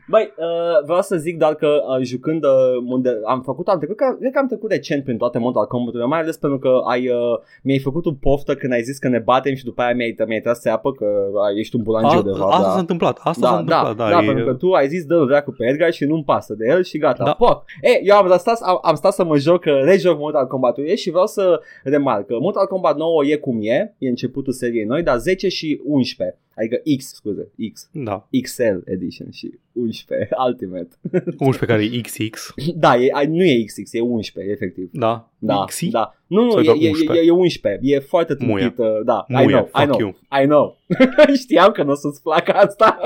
Băi, uh, vreau să zic doar că uh, jucând uh, unde am făcut, am trecut, că, cred că am trecut recent prin toate Mortal kombat mai ales pentru că ai, uh, mi-ai făcut o poftă când ai zis că ne batem și după aia mi-ai, mi-ai tras seapă că uh, ești un bulangiu
A,
de fapt.
asta
da.
s-a întâmplat, asta s-a
Da, da,
întâmplat,
da, da
e-
pentru că tu ai zis dă-l dracu pe Edgar și nu-mi pasă de el și gata,
Da.
da. poc. E, eu am stat, am, am stat să mă joc, uh, rejoc Mortal Kombat și vreau să remarc că Mortal Kombat 9 e cum e, e începutul seriei noi, dar 10 și 11, adică X, scuze, X,
da,
XL Edition și 11 Ultimate.
11 care e XX,
Da, e, ai- nu e XX, e 11, efectiv.
da,
Da,
XI?
da. Nu, nu,
Sau e
e,
doar
e,
11?
e, e 11, e foarte
Muie.
tâmpit, uh, da,
Nu
I
e,
know, I
fuck
know,
you.
I know. Știam că nu o să-ți placă asta.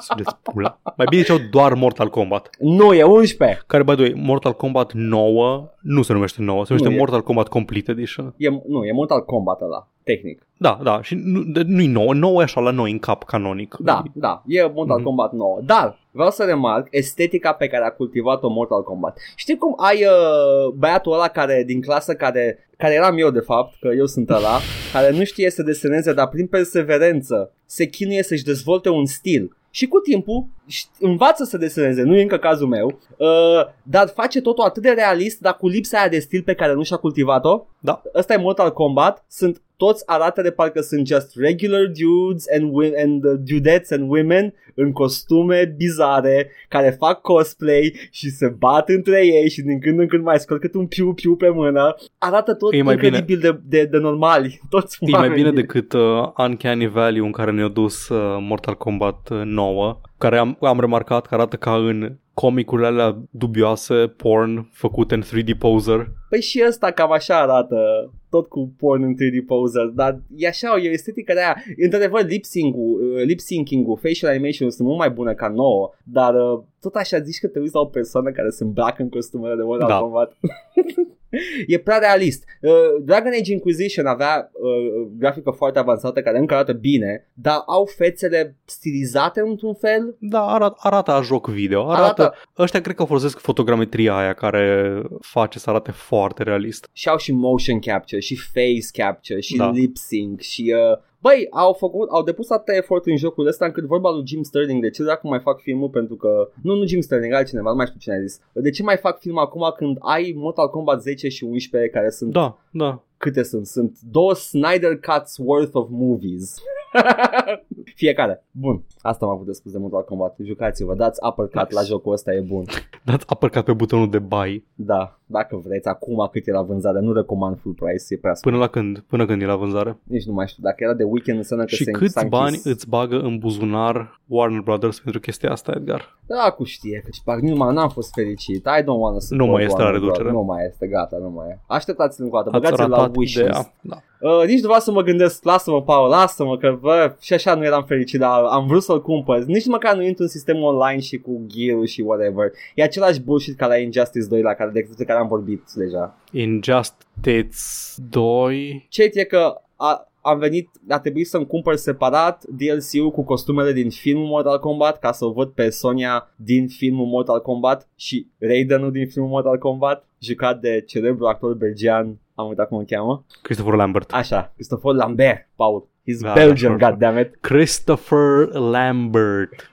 Sudeți pula. Mai bine ziceau doar Mortal Kombat.
Nu, e 11.
Care, by the way, Mortal Kombat 9 nu se numește 9, se numește
Nu e.
Mortal Kombat Complete Edition.
E, nu, e Mortal Kombat ăla, tehnic.
Da, da, și nu, de- nu-i 9, 9 e așa la noi în cap canonic.
Da, da, e Mortal
Mhm.
Kombat 9. Dar vreau să remarc estetica pe care a cultivat-o Mortal Kombat. Știi cum ai uh, băiatul ăla care, din clasă care, care eram eu de fapt, că eu sunt ăla, care nu știe să deseneze, dar prin perseverență se chinuie să-și dezvolte un stil. Și cu timpul ș- învață să deseneze, nu e încă cazul meu, uh, dar face totul atât de realist, dar cu lipsa aia de stil pe care nu și-a cultivat-o, ăsta e Mortal Kombat, sunt toți arată de parcă sunt just regular dudes and, wi- and uh, dudettes and women în costume bizare care fac cosplay și se bat între ei și din când în când mai scot cât un piu-piu pe mână. Arată tot
E mai
incredibil de, de, de normali, toți
E mai
oamenii.
bine decât uh, Uncanny Valley în care ne-a dus uh, Mortal Kombat 9, care am, am remarcat că arată ca în comicurile alea dubioase, porn, făcute în 3D poser.
Păi și ăsta cam așa arată tot cu porn în 3D poser, dar e așa, e o estetică de aia. Într-adevăr, lip-sync-ul, lip-syncing-ul, facial animation sunt mult mai bune ca nouă, dar uh, tot așa zici că te uiți la o persoană care se îmbracă în costumele de Mortal
Da.
da. Kombat. e prea realist. Uh, Dragon Age Inquisition avea uh, grafică foarte avansată care încă arată bine, dar au fețele stilizate într-un fel.
Da, arată, arată a joc video. Arată,
Arată-
arată, ăștia cred că folosesc fotogrametria aia care face să arate foarte realist.
Și au și motion capture, și face capture, și
Da.
lip sync, și... Uh, Băi, au, făcut, au depus atâta efort în jocul ăsta încât vorba lui Jim Sterling, de ce dacă mai fac filmul pentru că... Nu, nu Jim Sterling, altcineva, nu mai știu cine a zis. De ce mai fac film acum când ai Mortal Kombat 10 și 11 care sunt...
Da, da.
Câte sunt? Sunt două Snyder Cuts worth of movies. Fiecare. Bun. Asta am avut de spus de Mortal Kombat. Jucați-vă, dați uppercut la jocul ăsta, e bun.
Dați apăcat pe butonul de buy.
Da, dacă vreți, acum cât era vânzarea, nu recomand full price, e prea scump.
Până la când? Până când e la vânzare.
Nici nu mai știu, dacă era de weekend înseamnă că
și
se
câți
s-a închis.
bani îți bagă în buzunar Warner Brothers pentru chestia asta, Edgar?
Da, cu știe că și parcă nu mai n-am fost fericit. I don't wanna support
Nu mai este la
Warner Bros.
reducere.
Nu mai este, gata, nu mai e. Așteptați-l încă o dată,
Ați
băgați-l la
ratat de...
wishlist.
a- Da.
Uh, nici nu vreau să mă gândesc, lasă-mă, Paul, lasă-mă, că bă, și așa nu eram fericit, dar am vrut să-l cumpăr. Nici măcar nu intru în sistem online și cu gear și whatever. E același bullshit ca la Injustice 2, la care, de despre care am vorbit deja.
Injustice 2...
Cert e că a, am venit, a trebuit să-mi cumpăr separat DLC-ul cu costumele din filmul Mortal Kombat ca să o văd pe Sonia din filmul Mortal Kombat și Raiden-ul din filmul Mortal Kombat jucat de celebrul actor belgian, am uitat cum îl cheamă.
Christopher Lambert.
Așa, Christopher Lambert, Paul. He's
Da,
Belgian,
da, sure,
goddammit.
Christopher Lambert.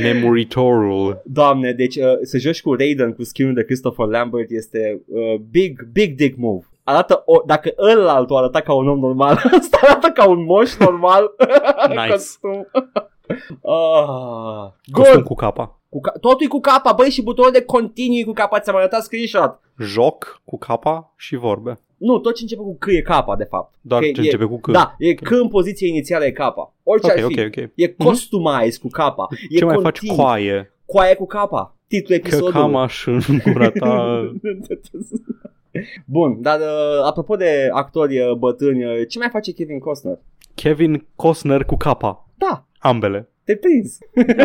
Memoritorul.
Doamne, deci uh, să joci cu Raiden cu skin de Christopher Lambert este uh, big, big dick move. Arată, o, dacă ăla o arăta ca un om normal, asta arată ca un moș normal.
Nice.
Costum. Ah,
Costum
God,
cu capa.
cu ca- totul e cu capa, băi, și butonul de continui cu capa, ți-am arătat screenshot.
Joc cu capa și vorbe.
Nu, tot ce începe cu C e capa, de fapt.
Doar
Că
ce începe cu C.
Da, e C în poziția inițială e capa. Orice
Ok,
ar fi.
ok, ok.
E customized cu capa. E
Ce mai faci
continui.
coaie?
Coaie cu capa. Titlul episodului.
Căcama și în gura ta.
Bun, dar uh, apropo de actori uh, bătrâni, uh, ce mai face Kevin Costner?
Kevin Costner cu capa.
Da,
Ambele.
te prins.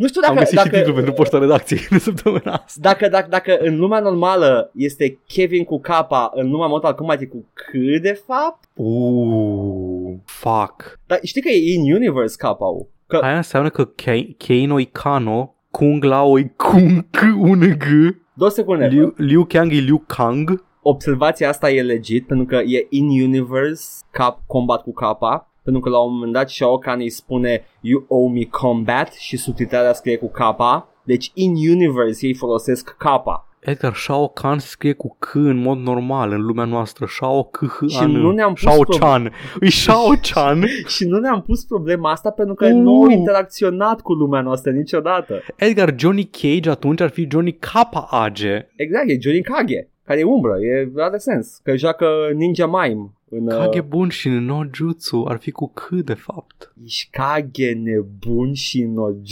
nu știu
Da. Am
dacă,
găsit și
dacă,
titlul pentru poșta redacției de săptămâna asta.
dacă, dacă, dacă în lumea normală este Kevin cu capa, în lumea Mortal Kombat e cu C de fapt?
Uuu, fuck.
Dar știi că e in-universe capa Că
Aia înseamnă că Ke- Keinoi Kano, Kung Laoi Kung un G,
două secunde,
Liu, Liu Kang e Liu Kang.
observația asta e legit pentru că e in-universe cap, combat cu capa. Pentru că la un moment dat Shao Kahn îi spune You owe me combat și subtitrarea scrie cu capa. Deci in-universe ei folosesc capa.
Edgar, Shao Kahn se scrie cu C în mod normal în lumea noastră. Shao K H
Și nu ne-am pus
Shao
prob-
Chan. E Shao Chan.
Și nu ne-am pus problema asta pentru că
Uh.
nu au interacționat cu lumea noastră niciodată.
Edgar, Johnny Cage atunci ar fi Johnny Kappa Age.
Exact, e Johnny Kage, care e umbră, e, are sens, că joacă Ninja Mime. În, uh,
Kage bun și no jutsu ar fi cu C de fapt.
Ești Kage nebun și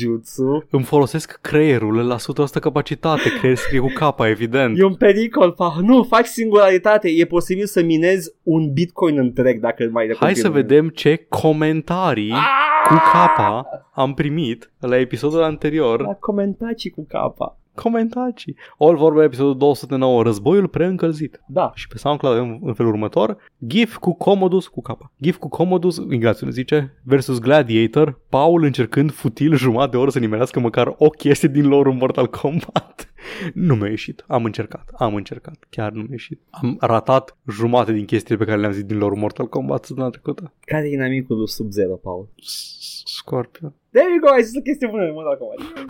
nojutsu.
Îmi folosesc creierul la 100% capacitate. Creier scrie cu K, evident.
E un pericol, fa- nu, faci singularitate, e posibil să minezi un bitcoin întreg dacă mai Ah, repede.
Hai să vedem ce comentarii cu capa am primit la episodul anterior.
A comentat și cu capa.
Comentarii. All vorba episodul 209, războiul preîncălzit.
Da.
Și pe SoundCloud avem în felul următor, GIF cu Commodus cu capa. GIF cu Commodus, Ignațiu ne zice, versus Gladiator, Paul încercând futil jumătate de oră să nimerească măcar o chestie din lor în Mortal Kombat. nu mi-a ieșit, am încercat, am încercat, chiar nu mi-a ieșit. Am ratat jumate din chestiile pe care le-am zis din lor în Mortal Kombat săptămâna trecută.
Care e inamicul lui Sub-Zero, Paul?
Scorpion.
There you go, ai zis o chestie bună de mult acum.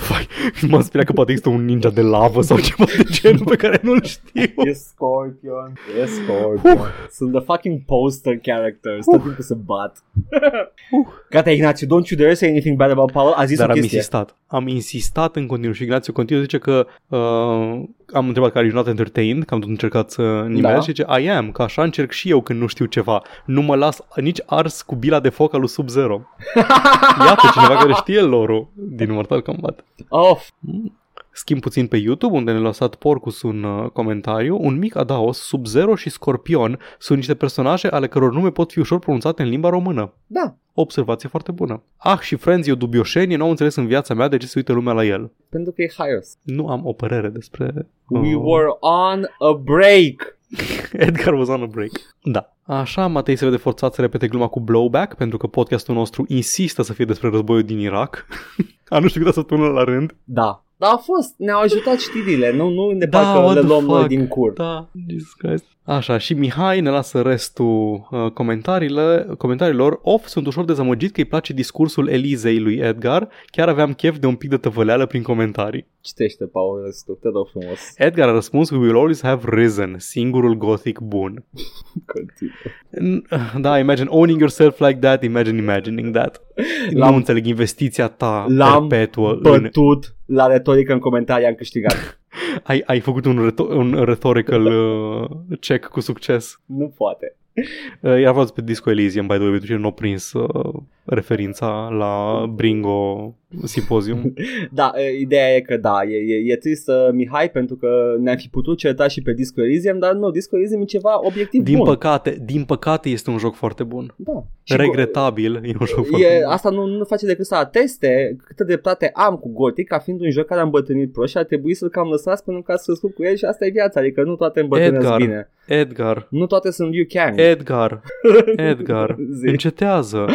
Vai, m-am speriat că poate există un ninja de lavă sau ceva de genul pe care nu-l știu.
E Scorpion. E Scorpion. Sunt the fucking poster characters. Tot timpul se bat.
Uh.
Gata, Ignațiu, don't you dare say anything bad about Paul. A zis
Dar
o
am
chestie.
insistat. Am insistat în continuu și Ignațiu continuă zice că uh, am întrebat care e not entertained, că am tot încercat să nimerez
Da.
și zice I am, că așa încerc și eu când nu știu ceva. Nu mă las nici ars cu bila de foc al lui Sub-Zero. Iată cineva care știe lorul din Mortal Kombat.
Of.
Schimb puțin pe YouTube, unde ne-a lăsat Porcus un uh, comentariu. Un mic adaos, Sub-Zero și Scorpion sunt niște personaje ale căror nume pot fi ușor pronunțate în limba română.
Da.
Observație foarte bună. Ah, și Frenzio Dubioșenie n-au înțeles în viața mea de ce se uită lumea la el.
Pentru că e haios.
Nu am o părere despre...
We
uh,
were on a break.
Edgar was on a break. Da. Așa, Matei se vede forțat să repete gluma cu blowback, pentru că podcastul nostru insistă să fie despre războiul din Irak. A nu știu câte săptămână la rând.
Da. Dar a fost, ne-au ajutat știrile, nu, nu ne
Da,
parcă
what
le
the
luăm noi
fuck.
din cur.
Da, Jesus Christ. Așa, și Mihai ne lasă restul uh, comentariile, comentariilor. Of, sunt ușor dezamăgit că îi place discursul Elizei lui Edgar. Chiar aveam chef de un pic de tăvăleală prin comentarii.
Citește, Paul, restul, te rog frumos.
Edgar a răspuns, we will always have risen, singurul gothic bun.
Continuă.
N- Da, imagine owning yourself like that, imagine imagining that. L-am
L-am-
nu înțeleg investiția ta
L-am
perpetuă în...
Bătut la retorică în comentarii am câștigat.
Ai, ai făcut un, reto- un rhetorical uh, check cu succes.
nu poate.
Uh, Era vorba pe Disco Elysium, by the way, pentru cine nu a prins uh, referința la Bringo Symposium.
Da, e, ideea e că da, e, e, e trist uh, Mihai pentru că ne-am fi putut certa și pe Disco Elysium, dar nu, Disco Elysium e ceva obiectiv
Din
bun.
păcate, din păcate este un joc foarte bun.
da. Și
Regretabil, e un joc foarte
E,
bun.
asta nu, nu face decât să ateste câtă dreptate am cu Gothic ca fiind un joc care am îmbătrânit proști și ar trebui să-l cam lăsați pentru că ați crescut cu el și asta e viața, adică nu toate îmbătrânesc
Edgar.
bine.
Edgar,
Nu toate sunt you can.
Edgar, Edgar,
Zi.
încetează.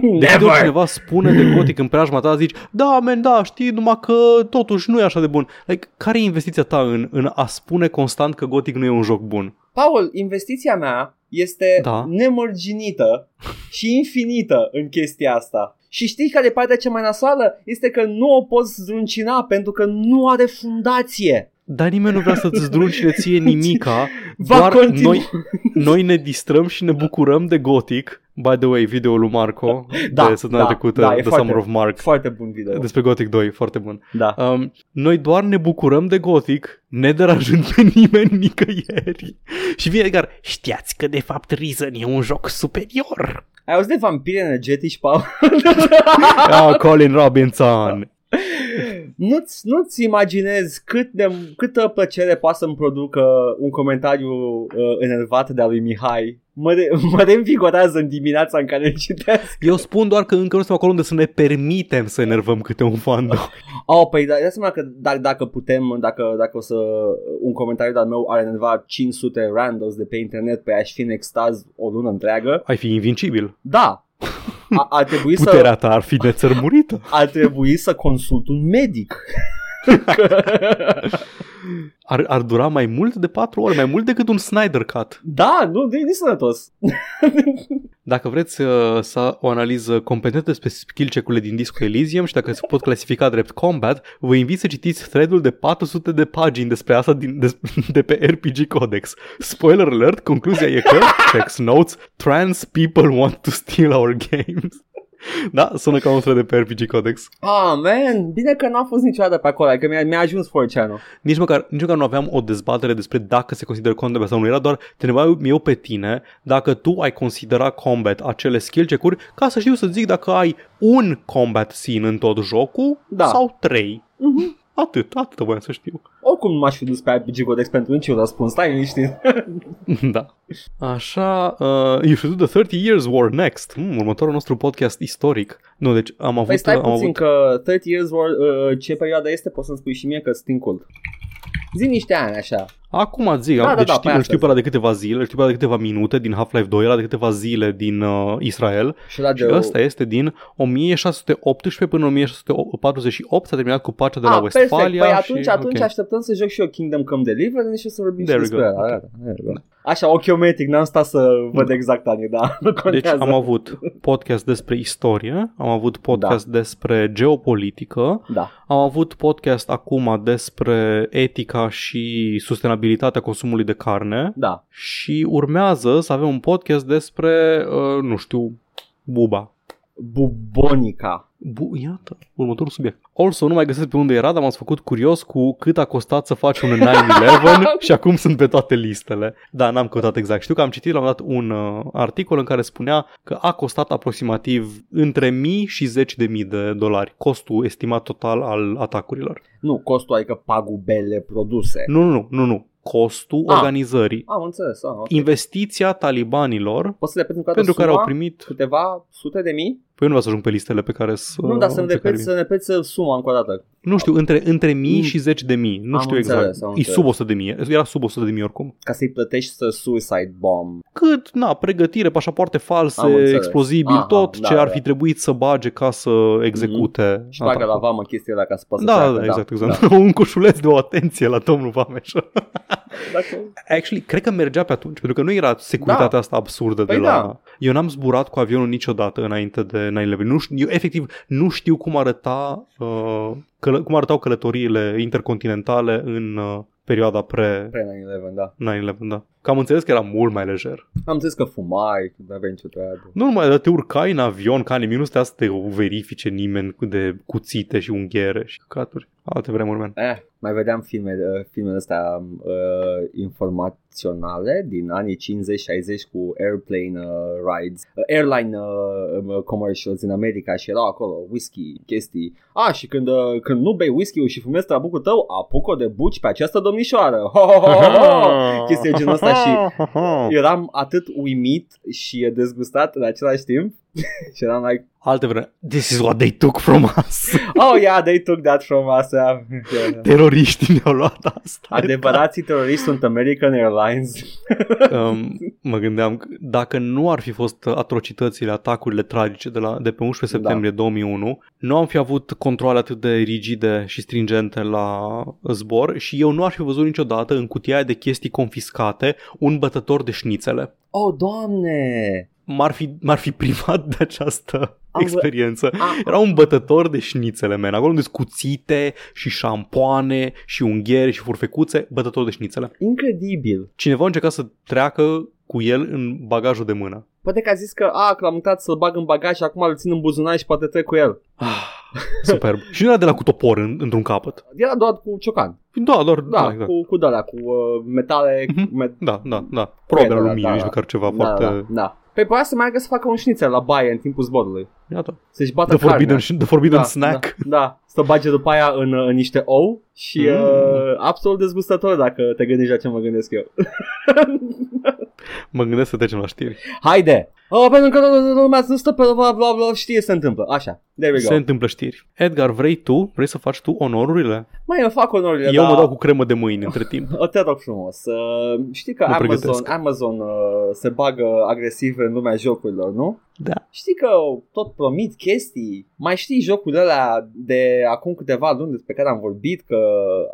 Deci
Never!
când cineva spune de gotic în preajma ta, zici, da, men, da, știi, numai că totuși nu e așa de bun. Like, care e investiția ta în, în a spune constant că gotic nu e un joc bun?
Paul, investiția mea este da.
Da.
nemărginită și infinită în chestia asta. Și știi care e partea cea mai nasoală? Este că nu o poți zruncina pentru că nu are fundație.
Dar nimeni nu vrea să-ți zdruncine ție nimica,
Va
doar
continua.
noi, noi ne distrăm și ne bucurăm de gotic. By the way, videoul lui Marco
Da,
de săptămâna
da,
trecută,
da, e
The
foarte-
Summer of Mark,
Foarte bun video.
despre Gothic 2, foarte bun.
Da.
Um, noi doar ne bucurăm de gotic, ne deranjând pe nimeni nicăieri. Și vine Edgar, știați că de fapt Risen e un joc superior.
Ai auzit de vampiri energetici, Paul?
Ah, Colin Robinson.
Nu-ți, nu-ți imaginezi cât de, câtă plăcere poate să-mi producă un comentariu uh, enervat de-a lui Mihai. Mă, re- mă reinvigorează în dimineața în care îl citesc.
Eu spun doar că încă nu suntem acolo unde să ne permitem să enervăm câte un fan.
Oh, păi da, dai seama că dacă, dacă putem, dacă, dacă o să un comentariu de-al meu are undeva 500 randos de pe internet, pe aș fi în extaz o lună întreagă.
Ai fi invincibil.
Da! A, ar, trebui să,
Puterea ta ar fi nețărmurită.
ar trebui să consult un medic.
Ar, ar dura mai mult de 4 ore, mai mult decât un Snyder Cut.
da, nu, nu e nici sănătos.
Dacă vreți uh, să o analiză competentă despre skill check-urile din Disco Elysium și dacă se pot clasifica drept combat, vă invit să citiți thread-ul de 400 de pagini despre asta din, de, de pe RPG Codex. Spoiler alert, concluzia e că, checks notes, trans people want to steal our games. Da, sună ca un thread de pe RPG Codex.
Ah, man, bine că n-am fost niciodată pe acolo, că mi-a, mi-a ajuns 4chan
Nici măcar, nici măcar nu aveam o dezbatere despre dacă se consideră combat sau nu. Era doar, te întrebam eu pe tine dacă tu ai considera combat acele skill check-uri ca să știu să zic dacă ai un combat scene în tot jocul
Da. Mhm.
sau trei. Atât, atât voiam să știu.
Oricum nu m-aș fi dus pe RPG Codex pentru niciun răspuns, stai liniștit.
da. Așa, uh, you should do the 30 years war next. Hmm, următorul nostru podcast istoric. Nu, deci am avut...
Păi stai
am
puțin
avut...
că 30 years war, uh, ce perioadă este, poți să-mi spui și mie că sunt în cult. Zi niște ani așa.
Acum zic,
Da,
da,
da,
deci
da,
da,
păi
știu, îl știu
astăzi.
pe ăla de câteva zile, îl știu pe ăla de câteva minute din Half-Life 2, ăla de câteva zile din uh, Israel.
Și la
Și
de...
ăsta este din 1618 până 1648, s-a terminat cu pacea de la
Ah,
Westfalia.
Păi atunci,
și,
atunci
ok.
așteptăm să joc și eu Kingdom Come Deliverance și o să vorbim și
There we
despre
go.
ăla.
Ok. Da.
gata, there we go. Așa, ochiometric, n-am stat să văd exact anii, dar nu
Deci
contează.
am avut podcast despre istorie, am avut podcast despre geopolitică,
Da,
am avut podcast acum despre etica și sustenabilitatea consumului de carne
da.
și urmează să avem un podcast despre, uh, nu știu, buba.
Bubonica.
Bu- iată, următorul subiect. Also, nu mai găsesc pe unde era, dar m-am făcut curios cu cât a costat să faci un 9-11 și acum sunt pe toate listele. Da, n-am căutat exact. Știu că am citit la un moment dat un uh, articol în care spunea că a costat aproximativ între mii și zeci de mii de dolari costul estimat total al atacurilor.
Nu, costul, adică pagubele produse.
Nu, nu, nu, nu, nu. Costul
Ah.
organizării.
Am înțeles, ah, ok.
Investiția talibanilor
Poți să le pentru
pentru care
suma?
au primit
câteva sute de mii?
Păi eu nu vreau să ajung pe listele pe care să...
Nu, dar să ne
pe care
repeți, să ne repeți uh, suma încă o dată.
Nu știu, între, între mii
Mm.
și zeci de mii. Nu
Am
știu
înțeles, am
exact. E
înțeles.
sub 100 de mii. Era sub 100 de mii oricum.
Ca să-i plătești să suicide bomb.
Cât, na, pregătire, pașapoarte
Am
false,
înțeles.
explozibil,
Aha,
tot
da,
ce ar
da. Mhm.
fi trebuit să bage ca să execute.
Și bagă la
atacul.
vamă chestiile alea ca să poată să
da,
treacă,
da, exact, exact. Un coșuleț de o atenție la domnul Vameș.
Da. Dacă-
Actually, cred că mergea pe atunci, pentru că nu era securitatea asta absurdă
Păi
de la...
da.
Eu n-am zburat cu avionul niciodată înainte de 9-11. Nu știu, eu efectiv nu știu cum arăta uh, călă, cum arătau călătoriile intercontinentale în uh, perioada pre
Pre-9-11, da.
9-11, da. Că am înțeles că era mult mai lejer.
Am zis că fumai, că nu aveai nicio treabă.
Nu numai, dar te urcai în avion ca nimic, nu stea să te verifice nimeni cu de cuțite și unghiere și căcaturi. Alte vremuri, man.
Eh, mai vedeam filme, uh, filmele astea uh, informaționale din anii 50-60 cu airplane uh, rides, uh, airline uh, um, commercials din America și erau acolo whisky, chestii. Ah, și când, uh, când nu bei whisky și fumezi trabucul tău, apucă de buci pe această domnișoară. Ho, ho, ho, ho, ho. chestia de genul ăsta și- Eram atât uimit și dezgustat în același timp și eram like,
Alte vremuri. This is what they took from us.
oh yeah, they took that from us. Yeah.
Teroriștii ne-au luat da, asta.
Adevărații teroriști sunt American Airlines.
Um, mă gândeam, că dacă nu ar fi fost atrocitățile, atacurile tragice de, la, de pe 11 septembrie da. 2001, nu am fi avut controle atât de rigide și stringente la zbor și eu nu ar fi văzut niciodată în cutia aia de chestii confiscate un bătător de șnițele.
Oh, doamne!
M-ar fi, m-ar fi privat de această
Am vă-
experiență.
A,
Era un bătător de șnițele, man. Acolo unde sunt cuțite și șampoane și unghiere și furfecuțe, bătător de șnițele.
incredibil!
Cineva a încercat să treacă cu el în bagajul de mână.
Poate că a zis că, a, că l-am uitat să-l bag în bagaj și acum îl țin în buzunar și poate trec cu el.
Ah, superb. și nu era de la cu topor în, într-un capăt.
Era doar cu ciocan.
Da, doar...
Da,
Da, exact.
cu, cu de cu uh, metale...
Mhm.
Met-
da, da, da. Probe
Da,
la
da,
lumină,
da,
nici
da.
măcar ceva
da,
foarte...
da, da. Păi poate să meargă să facă un șnițel la baie în timpul zborului.
Iată.
Să-și bată
The Forbidden,
carnea.
the forbidden
da,
Snack.
Da, da, să bage după aia în, uh, în niște ou și
Mm.
mm. uh, absolut dezgustător dacă te gândești la ce mă gândesc eu.
Mă gândesc să trecem la știri.
Haide! Oh, pentru că nu- nu- nu- lumea nu stă pe bla bla bla, știe se întâmplă. Așa, there we go.
Se întâmplă știri. Edgar, vrei tu? Vrei să faci tu onorurile?
Mai eu fac onorile,
Eu
dar...
mă dau cu cremă de mâini între timp.
O, te rog frumos. Uh, știi că
Mă
Amazon,
pregătesc.
Amazon uh, se bagă agresiv în lumea jocurilor, nu?
Da.
Știi că tot promit chestii. Mai știi jocurile alea de acum câteva luni despre care am vorbit că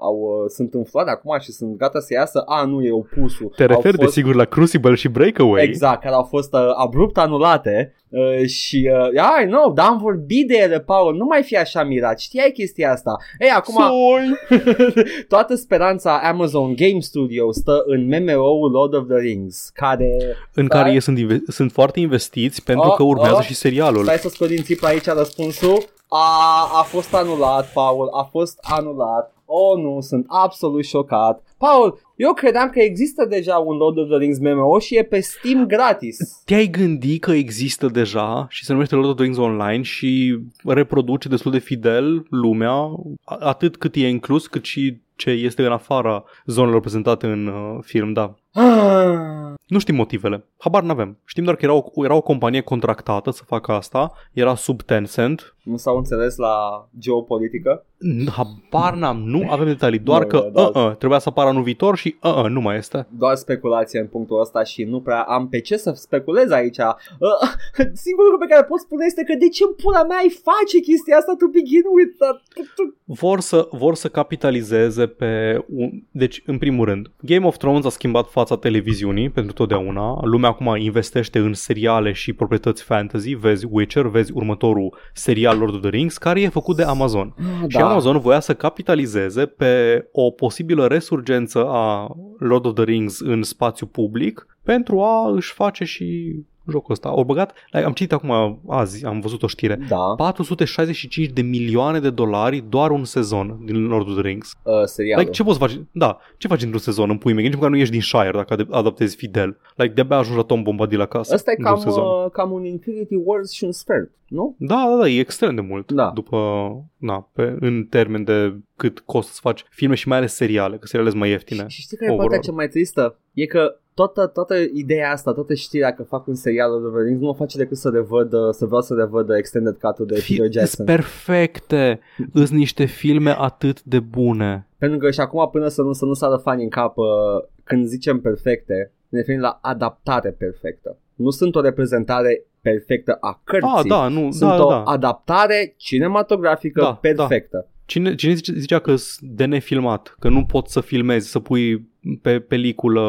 au, uh, sunt în floare acum și sunt gata să iasă? A, nu, e opusul.
Te
Au
referi,
fost...
desigur, la Crucible și Breakaway.
Exact, care au fost uh, abrupt anulate uh, și uh, I know, dar am vorbit de ele, Paul, nu mai fi așa mirat, știai chestia asta. Ei, acum...
Soi!
Toată speranța Amazon Game Studio stă în MMO-ul Lord of the Rings, care...
În
Da.
care ei sunt, inve- sunt foarte investiți pentru
Oh,
că urmează
oh.
și serialul.
Stai să scot din țip aici răspunsul. A, a fost anulat, Paul, a fost anulat. Oh, nu, sunt absolut șocat. Paul, eu credeam că există deja un Lord of the Rings MMO și e pe Steam gratis.
Te-ai gândit că există deja și se numește Lord of the Rings Online și reproduce destul de fidel lumea, a- atât cât e inclus, cât și ce este în afara zonelor prezentate în uh, film, da.
Ah,
Nu știm motivele, habar n-avem. Știm doar că era o, era o companie contractată să facă asta, era sub Tencent,
nu s-au înțeles la geopolitică?
N- habar n-am, nu avem detalii, doar
Nu,
că
da.
uh, uh, trebuia să apară anul viitor și uh, uh, nu mai este.
Doar speculație în punctul ăsta și nu prea am pe ce să speculez aici. Uh, singurul lucru pe care pot spune este că de ce în pula mea ai face chestia asta to begin with? Dar tu- tu-
vor să, vor să capitalizeze pe... Un... Deci, în primul rând, Game of Thrones a schimbat fața televiziunii pentru totdeauna. Lumea acum investește în seriale și proprietăți fantasy. Vezi Witcher, vezi următorul serial Lord of the Rings, care e făcut de Amazon.
Ah,
Și Amazon voia să capitalizeze pe o posibilă resurgență a Lord of the Rings în spațiu public pentru a își face și jocul ăsta. Au băgat, am citit acum azi, am văzut o știre,
Da,
465 de milioane de dolari doar un sezon din Lord of the Rings.
uh, serialul.
Like, ce poți face? Da, ce faci într-un sezon în pui mei? Nici măcar nu ieși din Shire dacă ad- adaptezi fidel. Like, de-abia ajungi la Tom Bombadil acasă.
Ăsta e
într-un
cam,
sezon.
uh, cam un Infinity Wars și un sfert, nu?
Da, da, da, e extrem de mult.
Da.
După, na, pe, în termen de cât costă să faci filme și mai ales seriale, că seriale sunt mai ieftine.
Și, și știi care e
Overall.
partea cea mai tristă? E că toată, toată ideea asta, toată știrea că fac un serial Lord of the Rings nu mă face decât să revăd, uh, să vreau să revăd extended cut-ul de Peter Jackson.
Sunt perfecte. Îs niște filme atât de bune.
Pentru că și acum până să nu, să nu sară fanii în cap uh, când zicem perfecte, ne referim la adaptare perfectă. Nu sunt o reprezentare perfectă a cărții.
Ah, da, nu,
sunt
da,
o
da.
adaptare cinematografică
Da,
perfectă.
Cine, cine zice, zicea că s- de nefilmat, că nu poți să filmezi, să pui pe peliculă...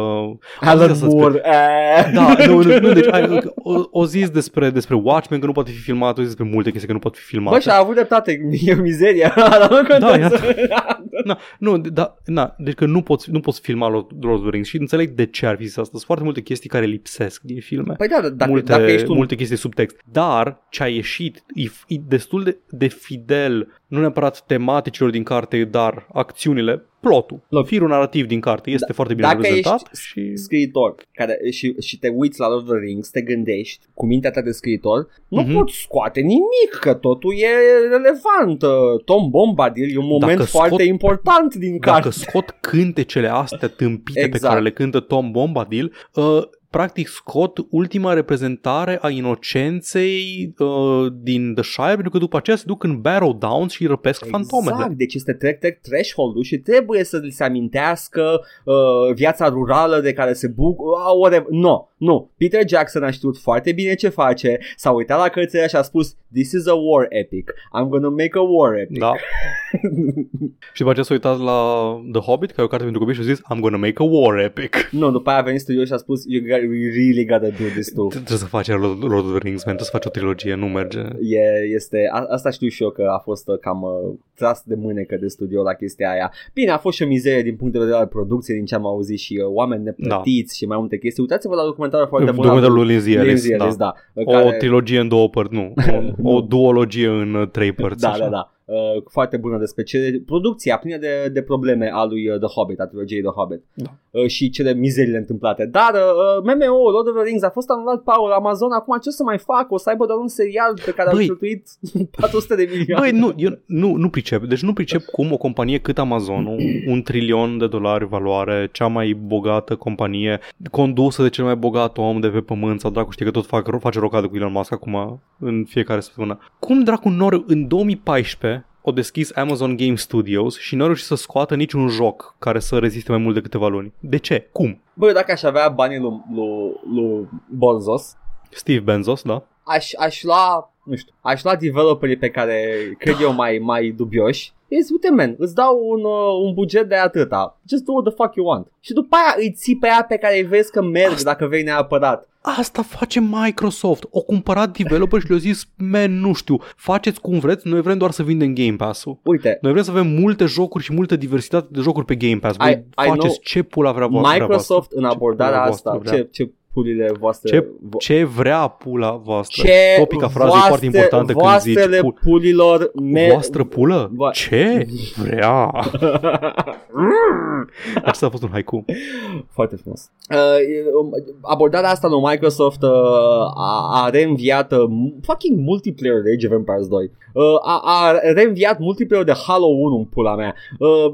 Da.
Am zis
Alan
asta
Moore. eh.
Da, nu, nu, nu deci ai, o, o zis despre, despre Watchmen că nu poate fi filmat, o zis despre multe chestii că nu pot fi filmate.
Bă, și a avut dreptate, e mizeria, dar nu
Da,
contează.
Na, nu, de- da, na, deci că nu poți, nu poți filma Lord Lord of the Rings și înțeleg de ce ar fi zis asta. Sunt foarte multe chestii care lipsesc din filme.
Păi da, dar dacă,
multe,
dacă ești un...
multe chestii subtext. Dar ce a ieșit e, f- e destul de, de fidel, nu neapărat tematicilor din carte, dar acțiunile, plotul,
Loc. Da,
firul narrativ din carte este foarte bine
dacă
prezentat
ești
și...
scriitor care, și, și te uiți la Lord of the Rings, te gândești cu mintea ta de scriitor, nu
Mhm.
poți scoate nimic, că totul e relevant. Tom Bombadil e un moment
Dacă
foarte
scot-
important din
Dacă
carte.
scot cântecele astea tâmpite pe
Exact.
care le cântă Tom Bombadil, uh, practic scot ultima reprezentare a inocenței uh, din The Shire, pentru că după aceea se duc în Barrow Downs și îi răpesc fantomele.
Exact, deci este trec, trec threshold-ul și trebuie să li se amintească uh, viața rurală de care se bucură. Uh, no, nu. Peter Jackson a știut foarte bine ce face, s-a uitat la cărțile și a spus This is a war epic. I'm gonna make a war epic.
Da. și după aceea s-a uitat la The Hobbit, care e o carte pentru copii și a zis I'm gonna make a war epic.
Nu, după aia a venit studio și a spus You got- you really gotta do this too.
Trebuie să faci Lord Lord of the Rings, man, trebuie să faci o trilogie, nu merge.
E, este, a, asta știu și eu că a fost uh, cam uh, tras de mânecă de studio la chestia aia. Bine, a fost și o mizerie din punct de vedere al producției, din ce am auzit și uh, oameni neplătiți da. și mai multe chestii. Uitați-vă la documentarul foarte bun. al
Documentarul lui Lindsay
lui
Ellis,
Lindsay
da.
Ellis, da.
O trilogie în două părți, nu. O, o duologie în uh, trei părți.
da,
așa.
da, da. Uh, foarte bună despre ce producția plină de, de probleme a lui uh, The Hobbit, a trilogiei The Hobbit
Da.
uh, și cele mizerile întâmplate. Dar uh, MMO, Lord of the Rings, a fost anulat Paul Amazon, acum ce să mai fac? O să aibă doar un serial pe care
Băi.
au cheltuit 400 de milioane.
Băi, nu, eu nu, nu pricep. Deci nu pricep cum o companie cât Amazon, un trilion de dolari valoare, cea mai bogată companie, condusă de cel mai bogat om de pe pământ, sau dracu știe că tot fac, face rocadă cu Elon Musk acum în fiecare săptămână. Cum dracu nor în 2014 o deschis Amazon Game Studios și n-a reușit să scoată niciun joc care să reziste mai mult de câteva luni. De ce? Cum?
Bă, eu dacă aș avea banii lui, lui, lui Bonzos,
Steve Benzos, da?
aș, aș lua, nu știu, aș lua developerii pe care cred eu mai, mai dubioși. Ei zic, uite, man, îți dau un, uh, un buget de atâta. Just do what the fuck you want. Și după aia îi ții pe aia pe care îi vezi că merg dacă vei neapărat.
Asta face Microsoft. O cumpărat developer și le-a zis, man, nu știu, faceți cum vreți, noi vrem doar să vindem Game Pass-ul.
Uite,
Noi vrem să avem multe jocuri și multă diversitate de jocuri pe Game Pass. Voi
I- I
faceți
know-
ce pula vrea vo- vrea voastră.
Microsoft în abordarea
pula
asta,
voastră
ce, ce pulile voastre...
da. Ce-
vo-
Ce vrea pula voastră.
ce
Topica frazei e foarte importantă când zici
voastrele
pul-
pulilor me-
Voastră pulă?
Va-
Ce vrea? Acesta a fost un haiku.
Foarte frumos. Uh, e, um, abordarea asta lui Microsoft uh, a, a reînviat uh, m- fucking multiplayer de Age of Empires 2. Uh, a, a reînviat multiplayer de Halo 1 în pula mea. Uh,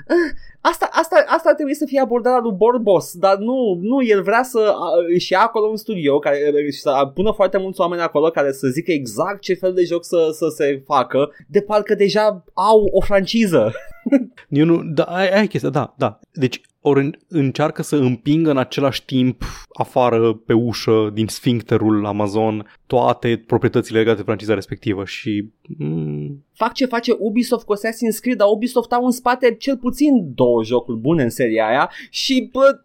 asta, asta, asta trebuie să fie abordarea lui Borbos, dar nu, nu el vrea să uh, își ia acolo un studio care, și să pună foarte mulți oameni acolo care să zică exact ce fel de joc să, să se facă, de parcă deja au o franciză.
Eu nu, da, aia aia e chestia, da, da. Deci ori în- încearcă să împingă în același timp afară pe ușă din sfincterul Amazon toate proprietățile legate de franciza respectivă și mm,
fac ce face Ubisoft cu Assassin's Creed, dar Ubisoft au în spate cel puțin două jocuri bune în seria aia și bă,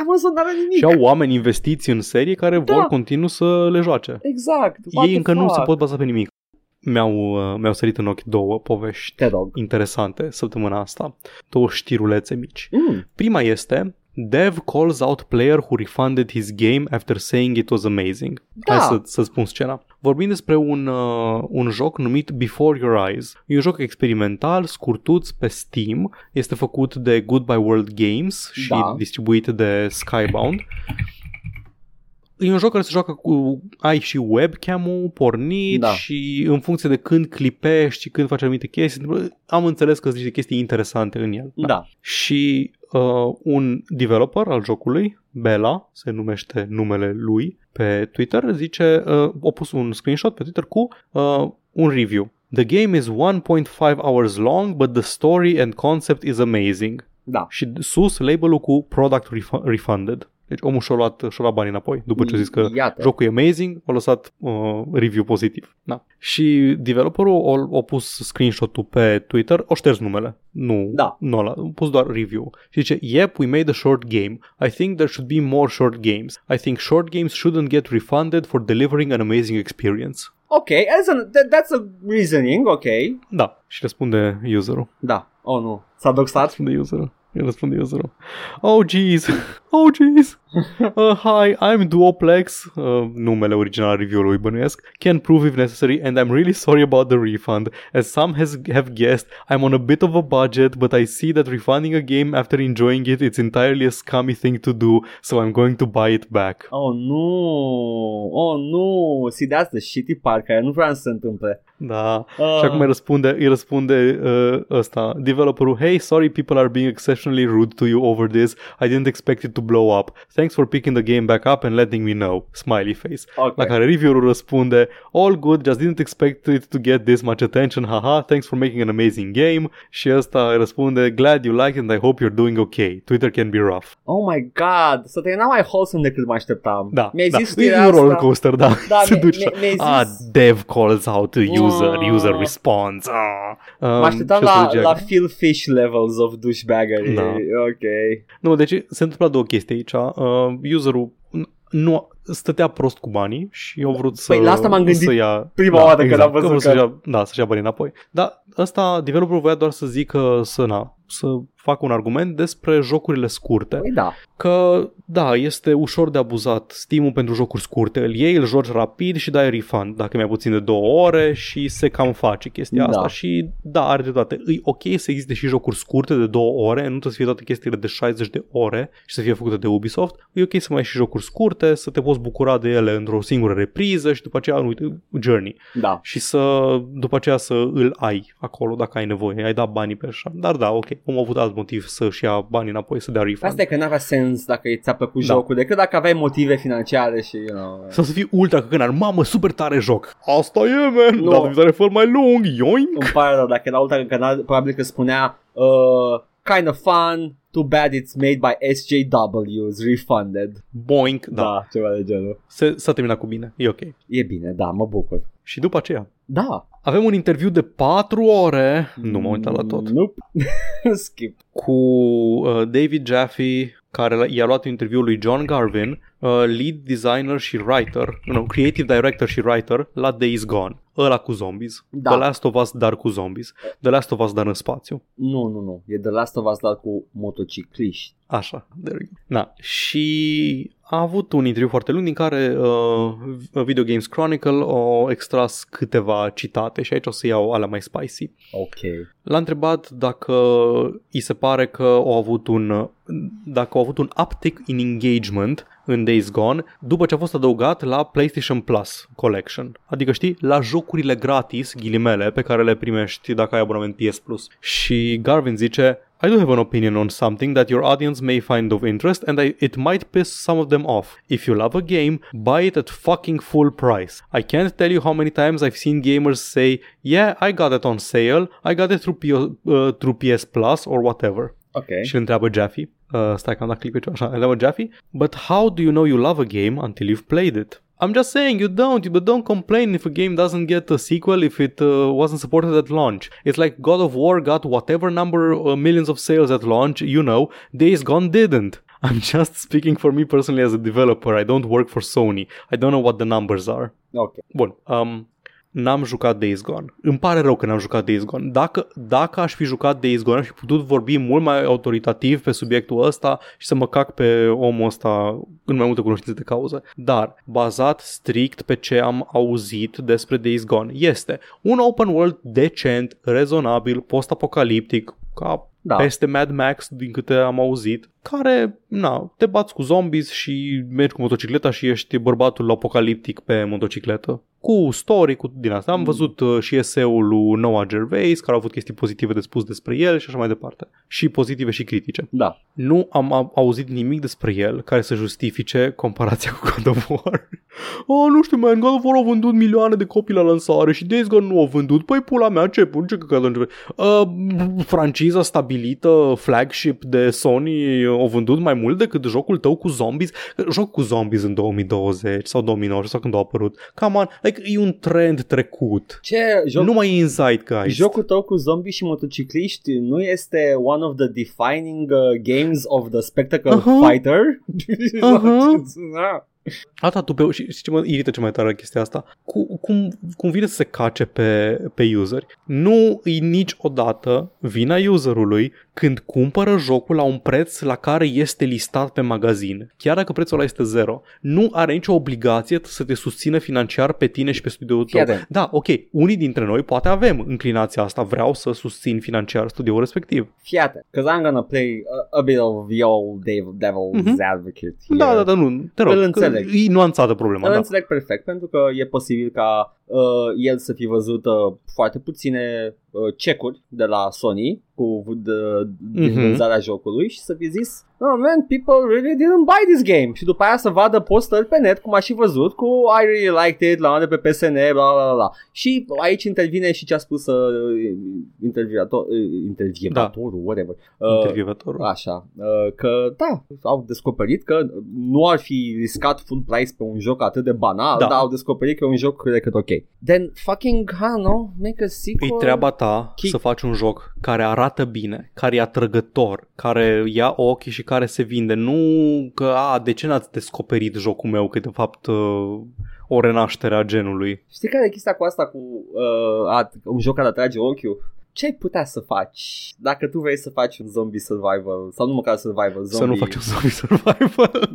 Amazon n-are nimic.
și au oameni investiți în serie care
Da.
vor continuu să le joace.
Exact. what
Ei
the
încă nu
fuck?
se pot baza pe nimic. Mi-au, uh, mi-au sărit în ochi două povești
Te rog.
interesante săptămâna asta. Două știrulețe mici.
Mm.
Prima este Dev calls out player who refunded his game after saying it was amazing.
Da.
Hai să, să spun scena. Vorbim despre un, uh, un joc numit Before Your Eyes. E un joc experimental, scurtuț pe Steam. Este făcut de Goodbye World Games și
Da.
distribuit de Skybound. E un joc care se joacă cu... Ai și webcam-ul pornit
Da.
da. și în funcție de când clipești și când faci anumite chestii, am înțeles că sunt niște chestii interesante în el.
Da.
Și uh, un developer al jocului, Bella, se numește numele lui pe Twitter, zice, uh, a pus un screenshot pe Twitter cu uh, un review. The game is 1.5 hours long, but the story and concept is amazing.
Da.
Și sus label-ul cu product refu- refunded. Deci omul și-a luat, și-a luat banii înapoi după ce a zis că
Iată.
Jocul e amazing, a lăsat uh, review pozitiv. Da. Și developerul a, a pus screenshot-ul pe Twitter, o șters numele. Nu,
Da.
nu ăla, a pus doar review. Și zice, yep, we made a short game. I think there should be more short games. I think short games shouldn't get refunded for delivering an amazing experience.
Ok, as an, that, that's a reasoning, ok.
Da. Și răspunde userul.
Da. Oh, nu. S-a doxat?
Răspunde userul. Îi răspunde userul. Oh, jeez. Oh, jeez. Uh, hi, I'm Duoplex. Uh, numele original al review-ului bănuiesc. Can prove if necessary and I'm really sorry about the refund. As some has, have guessed, I'm on a bit of a budget, but I see that refunding a game after enjoying it, it's entirely a scummy thing to do, so I'm going to buy it back.
Oh, nu. Oh, nu. See, that's the shitty part care nu vreau să se întâmple.
Da.
Uh,
Și acum îi răspunde, îi răspunde uh, ăsta, developerul, Hey, sorry people are being exceptionally rude to you over this. I didn't expect it to blow up. Thanks for picking the game back up and letting me know. Smiley face.
Ok.
La care reviewerul răspunde, All good, just didn't expect it to get this much attention. Haha, thanks for making an amazing game. Și ăsta îi răspunde, Glad you liked it and I hope you're doing okay. Twitter can be rough.
Oh my god, să te n mai wholesome decât mă așteptam.
Da,
Mi-ai
da.
zis
e
știrea
un
asta?
roller coaster, da.
Da,
Se
mi-
duce.
mi- mi-ai zis-
Ah, dev calls out to user,
Ah.
user response. Ah. Um,
Mă așteptam
ce să
la,
zice
la
acum?
Phil Fish levels of douchebaggery.
Da.
Ok.
Nu, deci se întâmplă două chestii aici. Uh, userul n- nu stătea prost cu banii și au vrut să
Păi la asta m-am gândit
să ia,
prima oară când am văzut
că... a vrut
că-
Să-și ia, da, să-și ia banii înapoi. Dar ăsta, developerul voia doar să zică să, na, să facă un argument despre jocurile scurte.
Păi da.
că da, este ușor de abuzat steam pentru jocuri scurte. Îl iei, îl joci rapid și dai refund dacă e mai puțin de două ore și se cam face chestia
Da.
asta și da, are dreptate. E ok să existe și jocuri scurte de două ore, nu trebuie să fie toate chestiile de 60 de ore și să fie făcute de Ubisoft. E ok să mai ai și jocuri scurte, să te poți bucura de ele într-o singură repriză și după aceea, uite, Journey
Da.
și să după aceea să îl ai acolo dacă ai nevoie, ai dat banii pe așa. Dar da, ok, am avut alt motiv să-și ia banii înapoi, să dea refund.
Asta e că n-avea sens dacă ți-a plăcut
Da.
jocul, decât dacă aveai motive financiare și, you know...
Sau să fii ultra căcânar, mamă, super tare joc. Asta e, man,
Nu.
no. data viitoare fă mai lung, ioink.
Îmi pare rău, dacă era ultra canal, probabil că spunea uh, Kind of fun, too bad it's made by SJWs, refunded.
Boink, da.
Da,
da.
ceva de genul.
Se, s-a terminat cu bine, e ok.
E bine, da, mă bucur.
Și după aceea,
Da.
avem un interviu de 4 ore, nu m-am uitat la tot,
Nope. Skip.
cu uh, David Jaffe, care l- i-a luat interviul lui John Garvin, uh, lead designer și writer, nu, creative director și writer la Days Gone. Ăla cu zombies.
Da.
The Last of Us, dar cu zombies. The Last of Us, dar în spațiu.
Nu, nu, nu. E de Last of Us dar cu motocicliști.
Așa, there you go. Da. Și a avut un interviu foarte lung din care uh, Video Games Chronicle au extras câteva citate și aici o să iau alea mai spicy.
Ok.
L-a întrebat dacă îi se pare că au avut un dacă au avut un uptick in engagement în Days Gone după ce a fost adăugat la PlayStation Plus Collection. Adică știi, la jocurile gratis, ghilimele, pe care le primești dacă ai abonament PS Plus. Și Garvin zice I do have an opinion on something that your audience may find of interest and I, it might piss some of them off. If you love a game, buy it at fucking full price. I can't tell you how many times I've seen gamers say, yeah, I got it on sale, I got it through, P- uh, through PS Plus or whatever.
Ok.
Și îl întreabă Jaffe, uh, stai că am dat click pe ceva, așa, îl întreabă Jaffe, but how do you know you love a game until you've played it? I'm just saying you don't, but don't complain if a game doesn't get a sequel if it uh, wasn't supported at launch. It's like God of War got whatever number uh, millions of sales at launch, you know, Days Gone didn't. I'm just speaking for me personally as a developer. I don't work for Sony. I don't know what the numbers are.
Ok.
Bun. Um, n-am jucat Days Gone. Îmi pare rău că n-am jucat Days Gone. Dacă, dacă aș fi jucat Days Gone, aș fi putut vorbi mult mai autoritativ pe subiectul ăsta și să mă cac pe omul ăsta în mai multe cunoștințe de cauză. Dar, bazat strict pe ce am auzit despre Days Gone, este un open world decent, rezonabil, post-apocaliptic, ca
Da.
peste Mad Max din câte am auzit, care, na, te bați cu zombies și mergi cu motocicleta și ești bărbatul apocaliptic pe motocicletă. Cu story, cu din asta. Am văzut uh, și eseul lui Noah Gervais, care a avut chestii pozitive de spus despre el și așa mai departe. Și pozitive și critice.
Da.
Nu am a- auzit nimic despre el care să justifice comparația cu God of War. A, nu știu, man, God of War a vândut milioane de copii la lansare și Days Gone nu a vândut. Păi pula mea, ce pun, ce căcat începe? Uh, franciza stabilită, flagship de Sony, uh, a vândut mai mult decât jocul tău cu zombies. Joc cu zombies în 2020 sau 2019 sau când au apărut. Come on, like, e un trend trecut.
Ce joc
Joc... Nu mai e în zeitgeist.
Jocul tău cu zombie și motocicliști nu este one of the defining uh, games of the spectacle
Aha.
fighter?
Aha.
Da.
Asta tu pe, și, și ce mă irită ce mai tare la chestia asta? Cu, cum, cum vine să se cace pe, pe useri? Nu îi niciodată vina userului când cumpără jocul la un preț la care este listat pe magazin. Chiar dacă prețul ăla este zero, nu are nicio obligație să te susțină financiar pe tine și pe studioul
Fii
tău.
atent.
Da, ok, unii dintre noi poate avem înclinația asta, vreau să susțin financiar studioul respectiv.
Fii atent. Cause I'm gonna play a, a bit of the old dev- devil's
Mhm.
advocate here.
Da, da, da, nu, te rog,
Îl
că
înțeleg.
e nuanțată problema.
Îl
Da.
înțeleg perfect, pentru că e posibil ca uh, el să fi văzut uh, foarte puține uh, cecuri de la Sony cu de- de-
Mhm.
vânzarea jocului și să fi zis Oh man, people really didn't buy this game Și după aia să vadă postări pe net Cum a și văzut cu I really liked it La unde pe PSN, bla bla bla, bla Și aici intervine și ce a spus uh, intervievator, uh, Intervievatorul, whatever uh,
Da. Intervievatorul.
Așa, uh, că da, au descoperit că nu ar fi riscat full price pe un joc atât de banal, da.
Da.
dar au descoperit că e un joc cât de cât ok. Then fucking, I don't know, make a
E
sequel.
treaba ta
Chi-
să faci un joc care arată bine, care e atrăgător, care ia ochii și care se vinde. Nu că, a, de ce n-ați descoperit jocul meu, că e de fapt uh, o renaștere a genului.
Știi care e chestia cu asta cu uh, a, un joc care atrage ochiul? Ce ai putea să faci dacă tu vrei să faci un zombie survival sau nu măcar survival zombie?
Să nu faci un zombie survival.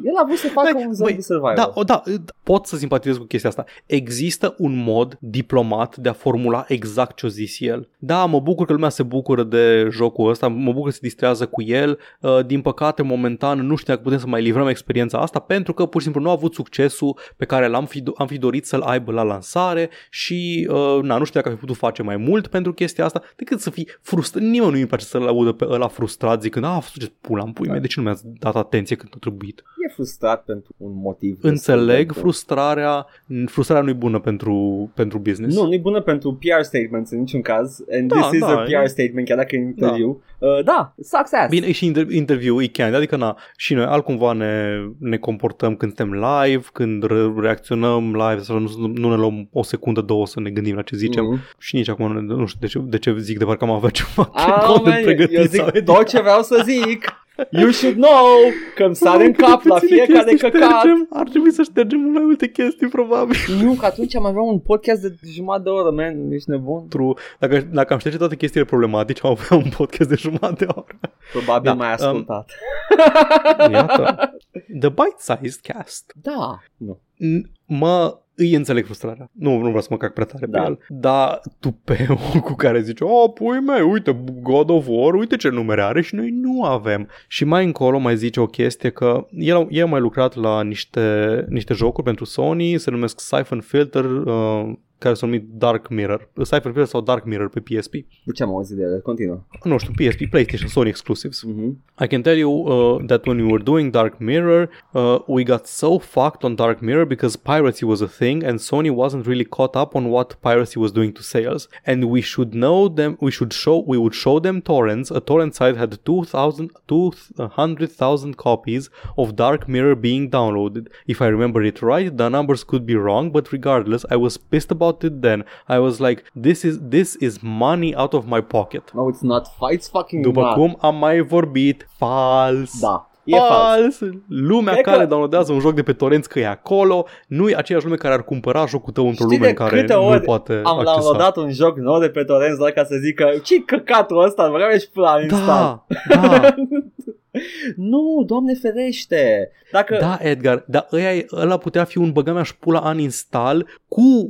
El a vrut să facă
Băi,
un zombie
băi,
survival.
Da, o, da, d- pot să simpatizez cu chestia asta. Există un mod diplomat de a formula exact ce-o zis el. Da, mă bucur că lumea se bucură de jocul ăsta, mă bucur că se distrează cu el. Uh, Din păcate, momentan, nu știu dacă putem să mai livrăm experiența asta pentru că pur și simplu nu a avut succesul pe care l-am fi, am fi dorit să-l aibă la lansare și uh, na, nu știu dacă ai putut face mai mult pentru chestia asta decât să fii frustrat. Nimeni nu-i place să-l audă pe ăla frustrat zicând, "Ah, a, ce pula în pui mea, de ce nu mi-ați dat atenție când a trebuit?
E frustrat pentru un motiv.
Înțeleg
frustrat.
frustrarea, frustrarea nu e bună pentru, pentru business.
Nu, nu e bună pentru PR statements în niciun caz. And
Da,
this is
da,
a
e-
PR statement, chiar dacă e un interviu. Da, uh, da sucks ass.
Bine, e și inter- interviul e candy, adică na, și noi altcumva ne, ne comportăm când suntem live, când re- reacționăm live, sau nu, nu ne luăm o secundă, două să ne gândim la ce zicem.
Mhm.
Și nici acum nu, nu știu de ce, de ce zic de parcă am avea ceva
Ah,
content
man, eu
pregătit.
zic
sau
tot ce vreau să zic. You should know că îmi sare
Mamă,
în
câte
cap la
puține
fiecare
chestii
căcat.
ștergem. Ar trebui să ștergem mult mai multe chestii, probabil.
Nu, că atunci am avea un podcast de jumătate de oră, man. Ești nebun?
Pentru- Dacă, dacă am șterge toate chestiile problematice, am avea un podcast de jumătate de oră.
Probabil
Da,
mai
um,
ascultat.
Iată. The bite-sized cast.
Da. Nu.
N- Mă îi înțeleg frustrarea. Nu, nu vreau să mă cac prea tare
Da.
pe el. Dar tupeul cu care zice, o, pui mei, uite, God of War, uite ce numere are și noi nu avem. Și mai încolo mai zice o chestie că el, el a mai lucrat la niște, niște jocuri pentru Sony, se numesc Siphon Filter, uh, care s-au numit Dark Mirror. Siphon Filter sau Dark Mirror pe PSP.
De ce am auzit de ele? Continuă.
Nu știu, PSP, PlayStation, Sony Exclusives.
Mhm.
I can tell you uh, that when we were doing Dark Mirror, uh, we got so fucked on Dark Mirror because piracy was a thing and Sony wasn't really caught up on what piracy was doing to sales. And we should know them, we should show, we would show them torrents. A torrent site had 2,000 200,000 copies of Dark Mirror being downloaded. If I remember it right, the numbers could be wrong, but regardless, I was pissed about it then. I was like, this is, this is money out of my pocket.
No, it's not. fa- It's fucking
După
not.
cum am mai vorbit, fals.
Da. E fals.
Lumea
E
e
că-
care că... downloadează un joc de pe torrent că e acolo, nu e aceeași lume care ar cumpăra jocul tău într-o
Știi de
lume în care
câte
nu
ori
poate
Am
accesa.
downloadat un joc nou de pe Torrents doar ca să zic că ce căcatul ăsta, mă ești pula
Da,
instant.
da.
Nu, doamne ferește! Dacă...
Da, Edgar, dar ăia, ăla putea fi un băga mea și pula uninstall cu,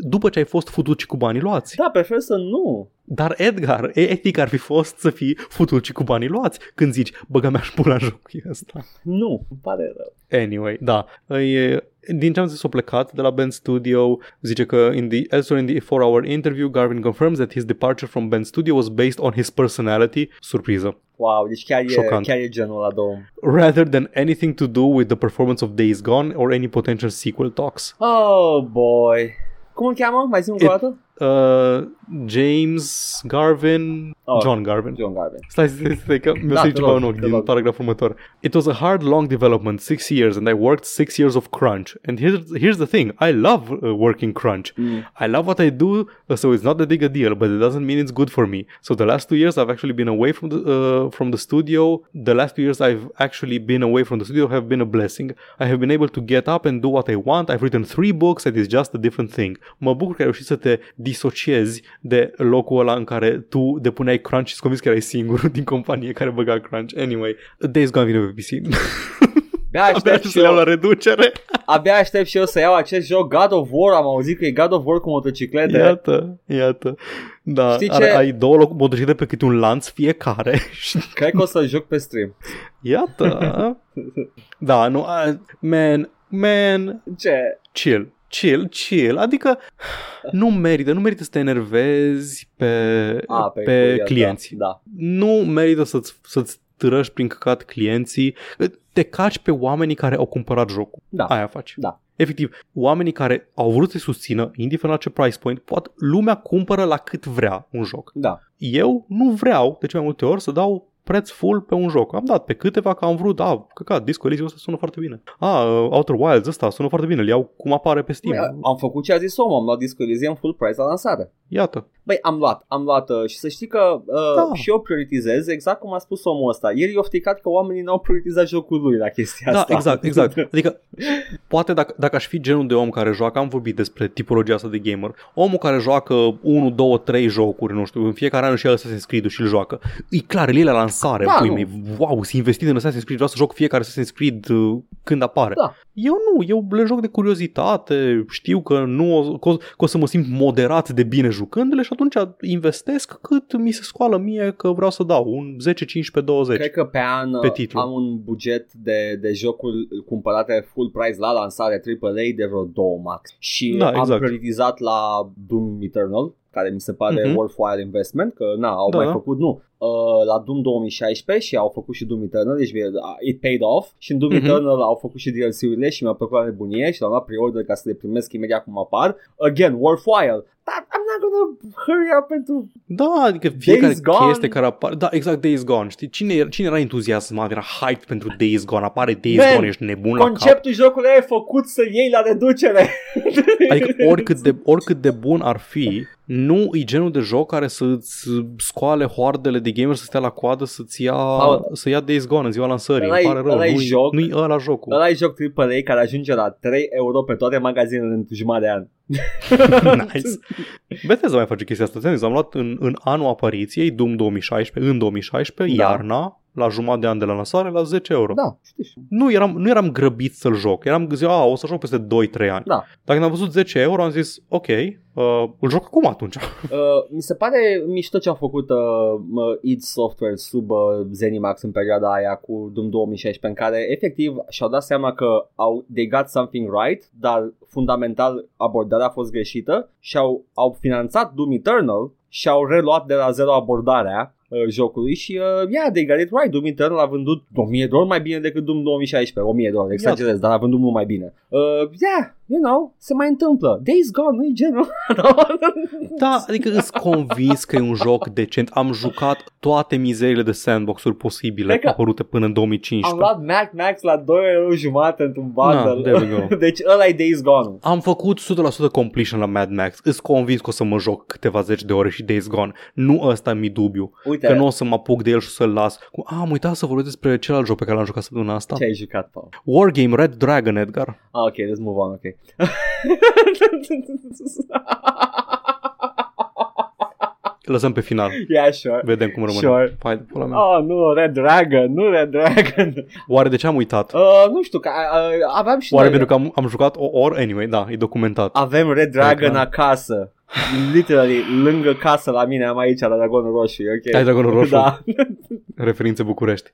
după ce ai fost futut și cu banii luați.
Da, prefer să nu.
Dar Edgar, etic ar fi fost să fii futut și cu banii luați când zici, băga mea și pula în jocul ăsta.
Nu, îmi pare rău.
Anyway, da, e, din ce am zis, a plecat de la Band Studio. Zice că in the, also in the 4-hour interview, Garvin confirms that his departure from Band Studio was based on his personality. Surpriză.
Wow, deci chiar e,
Șocant.
chiar e genul ăla de om.
Rather than anything to do with the performance of Days Gone or any potential sequel talks.
Oh, boy. Cum îl cheamă? Mai zi încă o
It-
dată?
Uh, James Garvin,
Oh,
John Garvin.
John Garvin.
Stai, stai, stai, că mi-o
Da,
da,
te
ceva
rog,
în ochi
te
din
rog.
paragraful următor. It was a hard, long development, six years, and I worked six years of crunch. And here's, here's the thing, I love uh, working crunch.
Mm.
I love what I do, uh, so it's not that big a deal, but it doesn't mean it's good for me. So the last two years I've actually been away from the uh, from the studio. The last two years I've actually been away from the studio have been a blessing. I have been able to get up and do what I want. I've written three books and it's just a different thing. Mă bucur că ai reușit să te disociezi de locul ăla în care tu depuneai crunch și convins că erai singurul din companie care băga crunch. Anyway, Days Gone vine pe PC.
Abia
Abia
aștept,
aștept să
și
le iau
eu,
la reducere.
abia aștept și eu să iau acest joc God of War. Am auzit că e God of War cu motociclete.
Iată, iată. Da,
Știi
are,
ce?
ai două loc- motociclete pe câte un lanț fiecare și
Cred că o să-l joc pe stream.
Iată. da, nu, a- man, man,
Ce?
chill, chill, chill. Adică nu merită, nu merită să te enervezi pe,
A,
pe,
curia,
pe clienți.
Da, da.
Nu merită să-ți, să-ți târăști prin căcat clienții. Te caci pe oamenii care au cumpărat jocul.
Da.
Aia faci.
Da.
Efectiv, oamenii care au vrut să susțină, indiferent la ce price point, poate lumea cumpără la cât vrea un joc
da.
eu nu vreau de cele mai multe ori să dau preț full pe un joc. Am dat pe câteva că am vrut, a, căcat, Disco Elysium ăsta sună foarte bine. A, uh, Outer Wilds ăsta sună foarte bine, îl iau cum apare pe Steam.
Băi, am făcut ce a zis omul, am luat Disco Elysium full price la lansare.
Iată.
Băi, am luat, am luat uh, și să știi că uh,
Da.
da. și eu prioritizez exact cum a spus omul ăsta. El e ofticat că oamenii n-au prioritizat jocul lui la chestia
da,
asta.
exact, exact. Adică, poate dacă, dacă aș fi genul de om care joacă, am vorbit despre tipologia asta de gamer, omul care joacă 1, 2, 3 jocuri, nu știu, în fiecare an și el să se înscrie și îl joacă. E clar, el e la lansare,
Da,
pui
nu.
mei, wow, s-a investit în Assassin's Creed, vreau să joc fiecare Assassin's Creed uh, când apare.
Da.
Eu nu, eu le joc de curiozitate, știu că, nu o, că, o, că o să mă simt moderat de bine jucându-le și atunci investesc cât mi se scoală mie că vreau să dau, un 10, 15, 20.
Cred că pe an uh,
Pe titlu.
am un buget de, de jocuri cumpărate full price la lansare AAA de vreo două max. Și
Da,
am
exact.
prioritizat la Doom Eternal, care mi se pare
Mhm.
mm-hmm. worthwhile investment, că na, au da,
Da,
mai
da.
făcut, nu, uh, la Doom 2016 și au făcut și Doom Eternal, deci mi- uh, it paid off și în Doom
Mhm.
Eternal au făcut și DLC-urile și mi-a plăcut la nebunie și l-am luat pre-order ca să le primesc imediat cum apar. Again, worthwhile. Dar I'm not gonna hurry up pentru...
Da, adică fiecare
Days Gone.
chestie care apare Da, exact, Days Gone Știi, cine, era- cine era entuziasmat, era hype pentru Days Gone Apare Days
Man,
Gone, ești nebun la cap
Conceptul jocului e făcut să iei la reducere.
Adică oricât de, oricât de bun ar fi Nu e genul de joc care să-ți scoale hoardele de gamer Să stea la coadă să-ți ia,
Paul.
să ia Days Gone în ziua lansării
Ăla-i-
Îmi pare rău,
ăla-i
nu-i,
joc.
nu-i ăla jocul
Ăla e joc AAA care ajunge la 3 euro pe toate magazinele în jumătate de an.
nice. Bethesda mai face chestia asta. Ți-am zis, am luat în, în anul apariției, Doom 2016, în 2016,
Da.
iarna, la jumătate de an de la lansare, la 10 euro.
Da, știi.
Nu eram, nu eram grăbit să-l joc. Eram zis, a, o să joc peste 2-3 ani.
Da.
Dacă n-am văzut 10 euro, am zis, ok, uh, îl joc acum atunci.
Uh, mi se pare mișto ce a făcut uh, mă, id Software sub uh, Zenimax în perioada aia cu Doom 2016 în care efectiv și-au dat seama că au they got something right, dar fundamental abordarea a fost greșită și au, au finanțat Doom Eternal și au reluat de la zero abordarea uh, jocului și uh, yeah, they got it right. Doom Eternal a vândut 1000 de ori mai bine decât Doom 2016. 1000 de ori, exagerez, dar a vândut mult mai bine. Uh, yeah, you know, se mai întâmplă. Days Gone, nu-i genul.
Da, adică îs convins că e un joc decent. Am jucat toate mizerile de sandbox-uri posibile
Cred că
apărute până în
Am
2015.
luat Mac Max la 2 euro jumate într-un
Na,
bundle.
Da, there we go.
deci ăla e Days Gone.
Am făcut 100% completion la Mad Max. Îs convins că o să mă joc câteva zeci de ore și Days Gone. Nu ăsta mi dubiu.
Uite,
Că nu o să mă apuc de el și să-l las. Cu- A, am uitat să vorbesc despre celălalt joc pe care l-am jucat săptămâna asta.
ce ai jucat, Paul?
Wargame Red Dragon, Edgar.
Ah, ok, let's move on, ok.
lăsăm pe final.
Yeah, sure.
Vedem cum rămâne.
Sure.
Hai, Păi, pula mea.
Oh, nu, Red Dragon, nu Red Dragon.
Oare de ce am uitat?
Uh, nu știu, că uh, aveam și
Oare
noi-
pentru că am, am jucat o oră? Anyway, da, e documentat.
Avem Red Dragon
Dragon.
acasă. Literally, lângă casă la mine, am aici la Dragonul Roșu, e ok.
Ai Dragonul Roșu,
Da.
referințe București.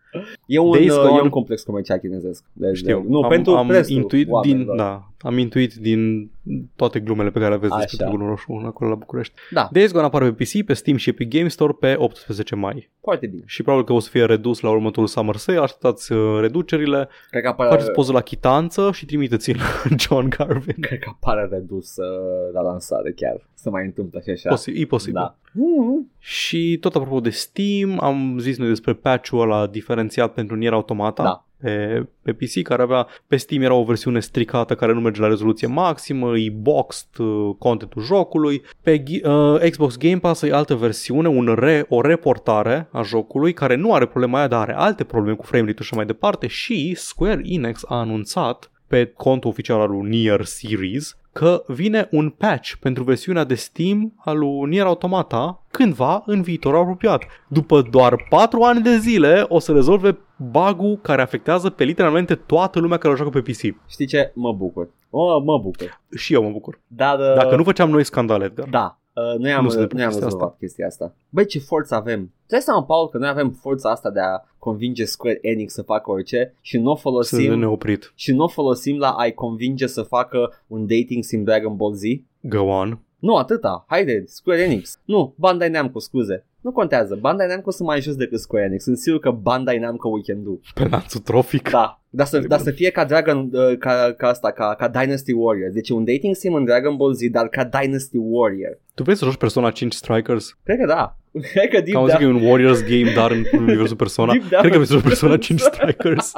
E un,
Days
uh,
Gone-
e un complex comercial chinezesc. Deci,
Știu.
Nu,
am,
pentru
am
prestul
intuit din,
oamenilor.
da, am intuit din toate glumele pe care le aveți despre
Așa.
Dragonul Roșu acolo la București.
Da.
Days Gone apare pe PC, pe Steam și Epic Game Store pe 18 mai.
Foarte bine.
Și probabil că o să fie redus la următorul Summer Sale, așteptați uh, reducerile,
Cred că apare,
faceți poză la chitanță și trimiteți-l la John Garvin.
cred că apare redus uh, la lansare chiar. Se mai întâmplă și așa.
Posi- e posibil.
Da. Mm.
Și tot apropo de Steam, am zis noi despre patch-ul ăla diferențiat pentru Nier Automata.
Da.
Pe, pe PC care avea pe Steam era o versiune stricată care nu merge la rezoluție maximă, e boxed uh, contentul jocului. Pe G- uh, Xbox Game Pass e altă versiune, un re, o reportare a jocului care nu are problema aia, dar are alte probleme cu frame rate și așa mai departe și Square Enix a anunțat pe contul oficial al lui Nier Series că vine un patch pentru versiunea de Steam al lui Nier Automata cândva în viitor apropiat. După doar 4 ani de zile o să rezolve bug care afectează pe literalmente toată lumea care o joacă pe PC.
Știi ce? Mă bucur. O, mă bucur.
Și eu mă bucur.
Dar, uh,
Dacă nu făceam noi scandal, Edgar.
Da. Uh, noi am,
Nu se
noi am
chestia
rezolvat chestia asta. Băi, ce forță avem. Trebuie să am Paul că noi avem forța asta de a convinge Square Enix să facă orice și nu o
Să ne
folosim
oprit.
și nu o folosim la a-i convinge să facă un dating sim Dragon Ball Z.
Go on.
Nu, atâta. Haide, Square Enix. Nu, Bandai Namco, scuze. Nu contează. Bandai Namco sunt mai jos decât Square Enix. Sunt sigur că Bandai Namco weekend
Pe lanțul trofic.
Da. Dar să, dar să fie ca Dragon, uh, ca, ca asta, ca, ca Dynasty Warrior. Deci un dating sim în Dragon Ball Z, dar ca Dynasty Warrior.
Tu vrei să joci Persona 5 Strikers?
Cred că da. Cred că
Că
deep
am zis că
down,
e un Warriors game, dar în universul Persona.
Deep down.
Cred că vrei să joci Persona 5 Strikers,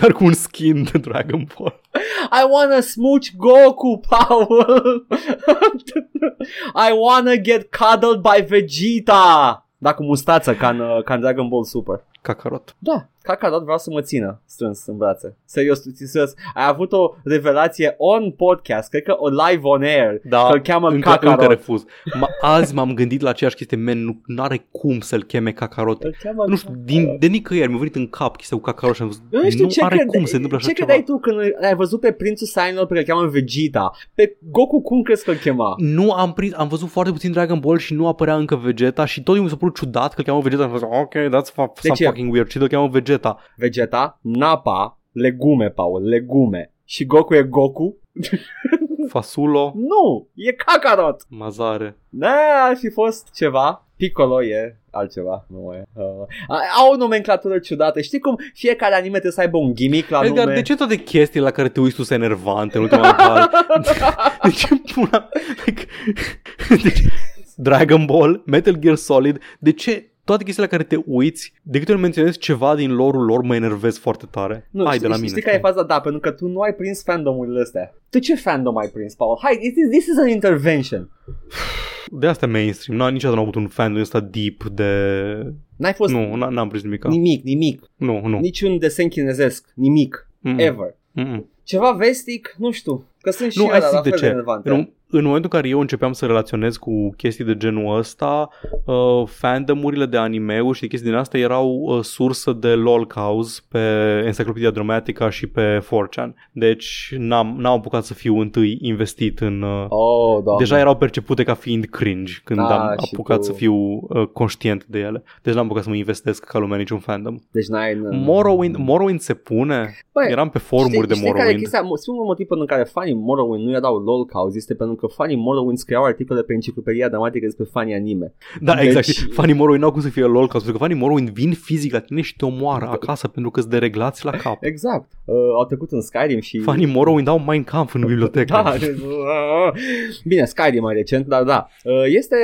dar cu un skin de Dragon Ball.
I wanna smooch Goku, Paul! I wanna get cuddled by Vegeta! Da, cu mustață, ca în, uh, ca în Dragon Ball Super.
Kakarot.
Da, Kakarot vreau să mă țină strâns în brațe. Serios, tu- serios. Ai avut o revelație on podcast, cred că o live on air.
Da,
Că îl cheamă
încă,
Kakarot.
încă refuz. Ma, azi m-am gândit la aceeași chestie, man, nu are cum să-l cheme Kakarot.
Îl cheamă
Nu știu, din, de nicăieri mi-a venit în cap chestia cu Kakarot și am zis,
nu, știu
nu
ce
are
crede-
cum să se întâmple așa
Ce
ceva.
credeai tu când ai văzut pe prințul Sainor pe care îl cheamă Vegeta? Pe Goku cum crezi că îl chema?
Nu am prins, am văzut foarte puțin Dragon Ball și nu apărea încă Vegeta și tot mi s-a părut ciudat că îl cheamă Vegeta și am zis, ok, that's fa-
De
some
ce?
fucking weird și îl cheamă Vegeta.
Vegeta, Napa, legume, Paul, legume. Și Goku e Goku?
Fasulo,
Nu, e Kakarot.
mazare.
Da, ar fi fost ceva. Piccolo e altceva, nu e. Uh, au o nomenclatură ciudată. Știi cum fiecare anime trebuie să aibă un gimmick la
Edgar,
nume?
de ce toate chestiile la care te uiți tu sunt enervante în ultima val? De ce pula... De ce- Dragon Ball, Metal Gear Solid, de ce toate chestiile la care te uiți, de câte ori menționez ceva din lorul lor, mă enervez foarte tare.
Nu,
Hai
știi,
de la
știi,
mine.
știi care e faza? Da, pentru că tu nu ai prins fandomurile astea. Tu ce fandom ai prins, Paul? Hai, this is, this is an intervention.
De asta e mainstream. N-a, niciodată n-am avut un fan ăsta deep de...
N-ai fost
Nu, n- n-am prins nimic.
nimic, nimic.
Nu, Mm. nu.
Niciun desen chinezesc. Nimic.
Mm-mm.
Ever.
Mm-mm.
Ceva vestic? Nu știu. Că sunt și
Nu, hai
alea
să
la
zic de
fel de
ce.
relevante.
În, în momentul în care eu începeam să relaționez cu chestii de genul ăsta, uh, fandomurile de anime-uri și chestii din astea erau uh, sursă de lol cows pe Encyclopedia Dramatica și pe 4chan. Deci n-am, n-am apucat să fiu întâi investit în... Uh,
Oh, doamne.
Deja erau percepute ca fiind cringe când
Da,
am
și
apucat
tu-
să fiu uh, conștient de ele. Deci n-am apucat să mă investesc ca lumea în niciun fandom.
Deci n-ai...
Morrowind, Morrowind se pune?
Băi,
Eram pe forumuri
Păi, știi, știi
de
care e
Morrowind.
chestia? Mo- Singurul motiv pentru care fanii Morrowind nu erau lol cauz este pentru că fanii Morrowind scriau articole pe enciclopedia dramatică despre fanii anime.
Da,
Deci-
exact. Și Fanii Morrowind n-au cum să fie lol, ca pentru că fanii Morrowind vin fizic la tine și te
Da.
omoară acasă pentru că îți dereglați la cap.
Exact. Uh, au trecut în Skyrim și...
Fanii Morrowind au Mein Kampf în bibliotecă.
da, bine, Skyrim mai recent, dar da. Uh, Este...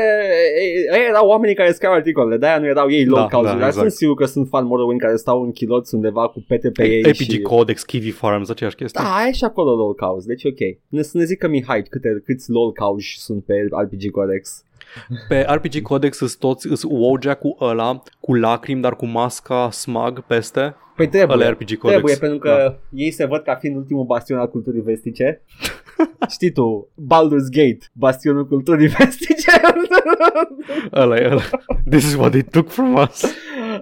Ei erau oamenii care scriau articolele, de-aia nu erau ei lol
Da,
da, cauze,
da,
da, dar
exact.
sunt sigur că sunt fan Morrowind care stau în chiloți undeva cu pete pe da, ei
Epic
și...
Codex, Kiwi Farms, aceeași chestie.
Da, ai și acolo lol cauze, deci ok. Ne, să ne zică Mihai câte, câți lol cauzi sunt pe RPG Codex.
Pe RPG Codex sunt toți, sunt Wojak cu ăla, cu lacrimi, dar cu masca smug peste.
Păi trebuie.
Ăla e RPG Codex.
Trebuie, pentru că
Da.
ei se văd ca fiind ultimul bastion al culturii vestice. Știi tu, Baldur's Gate, bastionul culturii vestice.
Da, Ăla e ăla. This is what they took from us.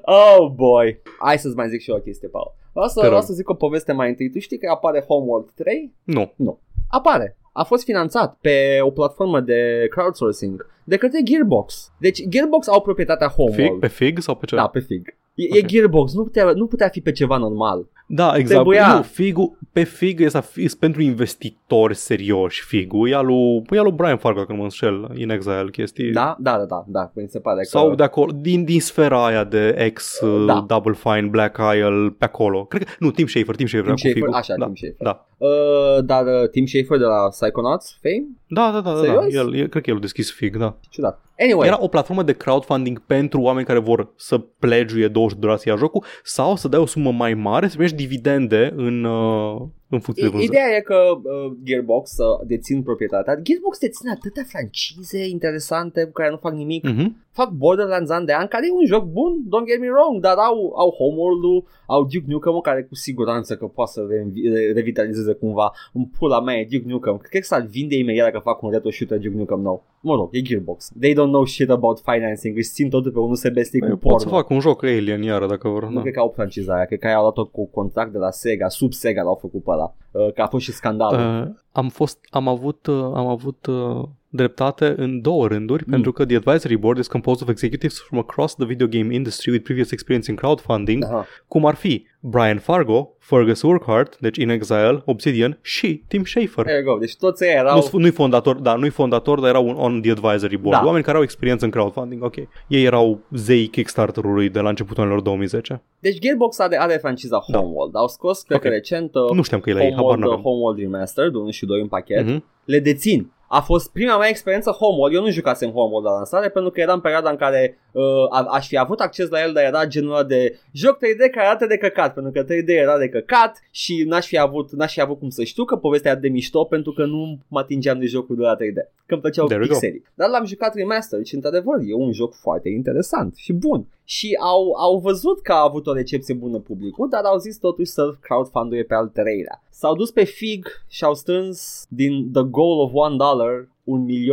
Oh boy! Hai să-ți mai zic și eu o chestie, Paul. Vreau să,
Te rog.
vreau să zic o poveste mai întâi. Tu știi că apare Homeworld 3?
Nu.
Apare! A fost finanțat pe o platformă de crowdsourcing de către Gearbox. Deci Gearbox au proprietatea
Fig?
Homeworld.
Pe Fig sau pe ce?
Da, pe Fig. E, e
Ok.
Gearbox, nu putea, nu putea fi pe ceva normal.
Da, exact.
Trebuia.
Nu, figul, pe fig este este pentru investitori serioși figul. Ia lui, ia lui Brian Fargo, când mă înșel, In Exile, chestii.
Da, da, da, da, da, mi se pare
Sau
că...
de acolo, din, din sfera aia de ex,
Da.
da. Double Fine, Black Isle, pe acolo. Cred că, nu, Tim Schafer, Tim Schafer
Tim Schafer,
era cu figul.
așa,
da.
Tim Schafer.
da.
Uh, dar uh, Tim Schafer de la Psychonauts fame?
Da, da, da, da, da.
Serios?
El, el, cred că el a deschis fig, da.
Ciudat. Anyway,
Era o platformă de crowdfunding pentru oameni care vor să plegiuie 20 de dolari să ia jocul sau să dai o sumă mai mare, să primești dividende în, uh, în funcție de
I-
vânzări.
Ideea e că uh, Gearbox uh, dețin proprietatea. Gearbox deține atâtea francize interesante cu care nu fac nimic.
Mhm.
Fac Borderlands an de an, care e un joc bun, don't get me wrong, dar au, au Homeworld-ul, au Duke Nukem, care cu siguranță că poate să re- re- revitalizeze cumva. În pula mea e Duke Nukem. Cred că s-ar vinde imediat dacă fac un retro shooter Duke Nukem nou. Mă rog, e Gearbox. They don't know shit about financing. Își țin totul pe un USB stick cu
Eu pot Păi, să
porno.
fac un joc Alien iară dacă vor.
Nu
Da.
cred că au franciza aia, cred că aia au luat-o cu contract de la Sega, sub Sega l-au făcut pe ăla, Uh, că a fost și scandalul.
Uh, am fost, am avut, uh, am avut uh, dreptate în două rânduri, mm. pentru că the advisory board is composed of executives from across the video game industry with previous experience in crowdfunding,
Aha.
cum ar fi Brian Fargo, Fergus Urquhart, deci In Exile, Obsidian și Tim Schafer.
There you go. Deci toți ei erau...
Nu, sp- nu-i fondator, da, nu-i fondator, dar erau un on the advisory board.
Da.
Da. Oameni care au experiență în crowdfunding, ok. Ei erau zei Kickstarter-ului de la începutul anilor 2010.
Deci Gearbox are, are franciza Homeworld. Au scos, cred
Da. Ok.
că recent, uh,
nu știam că e la ei, habar
Homeworld,
n-aveam.
Homeworld Remastered 1 și 2 în pachet.
Mhm.
Le dețin. A fost prima mea experiență Homeworld. Eu nu jucasem Homeworld la lansare pentru că era în perioada în care uh, a- aș fi avut acces la el, dar era genul ăla de joc 3D care arată de căcat, pentru că 3D era de căcat și n-aș fi avut, n-aș fi avut cum să știu că povestea era de mișto pentru că nu mă atingeam de jocul de la 3D. Că îmi plăceau
There we go.
pixelii. Dar l-am jucat remaster și într-adevăr e un joc foarte interesant și bun. Și au, au văzut că a avut o recepție bună publicul, dar au zis totuși să crowdfund-uie pe al treilea. S-au dus pe FIG și au strâns din the goal of one dollar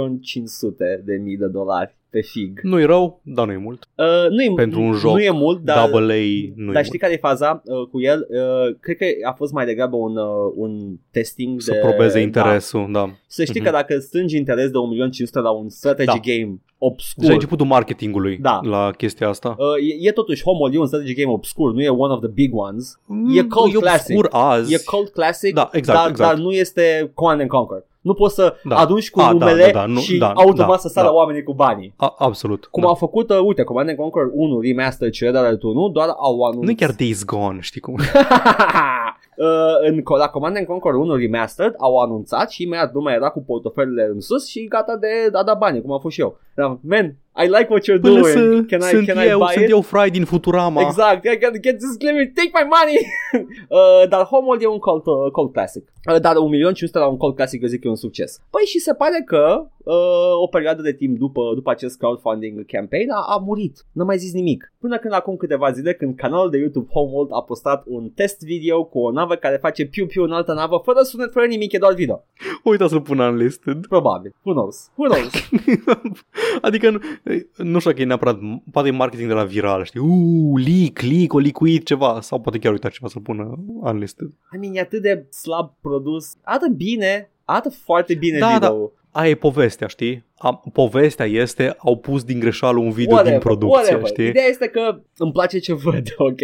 1.500.000 de mii de dolari pe FIG.
Nu-i rău, dar nu-i mult.
Uh, nu e,
Pentru un
nu
joc
e mult,
Da,
dar...
Double A nu-i
dar
mult.
știi care e faza uh, cu el? Uh, cred că a fost mai degrabă un, uh, un testing
Să
de...
probeze
da.
interesul, da.
Să știi
Mhm.
că dacă strângi interes de 1.500.000 la un strategy
Da.
game
Deja
obscur,
ai începutul marketingului
Da.
la chestia asta.
Uh, e, e totuși Homol, e un strategy game obscur, nu e one of the big ones. e cult
Mm, e
classic.
obscur azi.
E cold classic,
Da, exact,
dar,
exact.
dar nu este Command and Conquer. Nu poți să da.
Da.
adunci cu
A, da,
numele
da, da, nu-
și
da,
automat
da,
să sară
da.
oamenii cu banii.
A, absolut.
Cum
da.
au făcut, uh, uite, Command and Conquer 1 Remastered și Red Alert 1, doar au anunțat.
Nu e chiar Days Gone, știi cum?
Uh, în, la Command and Conquer 1 Remastered au anunțat și imediat lumea era cu portofelele în sus și gata de a da bani, cum am fost și eu. Eram, man, I like what you're
Până
doing.
să,
can I,
sunt,
can I
eu,
buy
sunt
it?
eu Fry din Futurama.
Exact, I gotta get this limit, take my money! uh, dar Homeworld e un cult, uh, cult classic. Uh, dar 1.500.000 la un cult classic, eu zic că e un succes. Păi și se pare că uh, o perioadă de timp după, după acest crowdfunding campaign a, a murit. N-a mai zis nimic. Până când acum câteva zile, când canalul de YouTube Homeworld a postat un test video cu o navă care face piu-piu în altă navă, fără sunet, fără nimic, e doar video.
Uita să-l pun unlisted.
Probabil. Who knows? Who knows?
adică nu, nu știu că e neapărat, poate e marketing de la viral, știi? Uuu, leak, leak, o licuit ceva. Sau poate chiar uita ceva să-l pună unlisted.
I mean, e atât de slab produs. Arată bine, arată foarte bine
Da,
video
Aia e povestea, știi? A, povestea este, au pus din greșeală un video
Whatever,
din producție,
whatever.
știi?
Ideea este că îmi place ce văd, ok?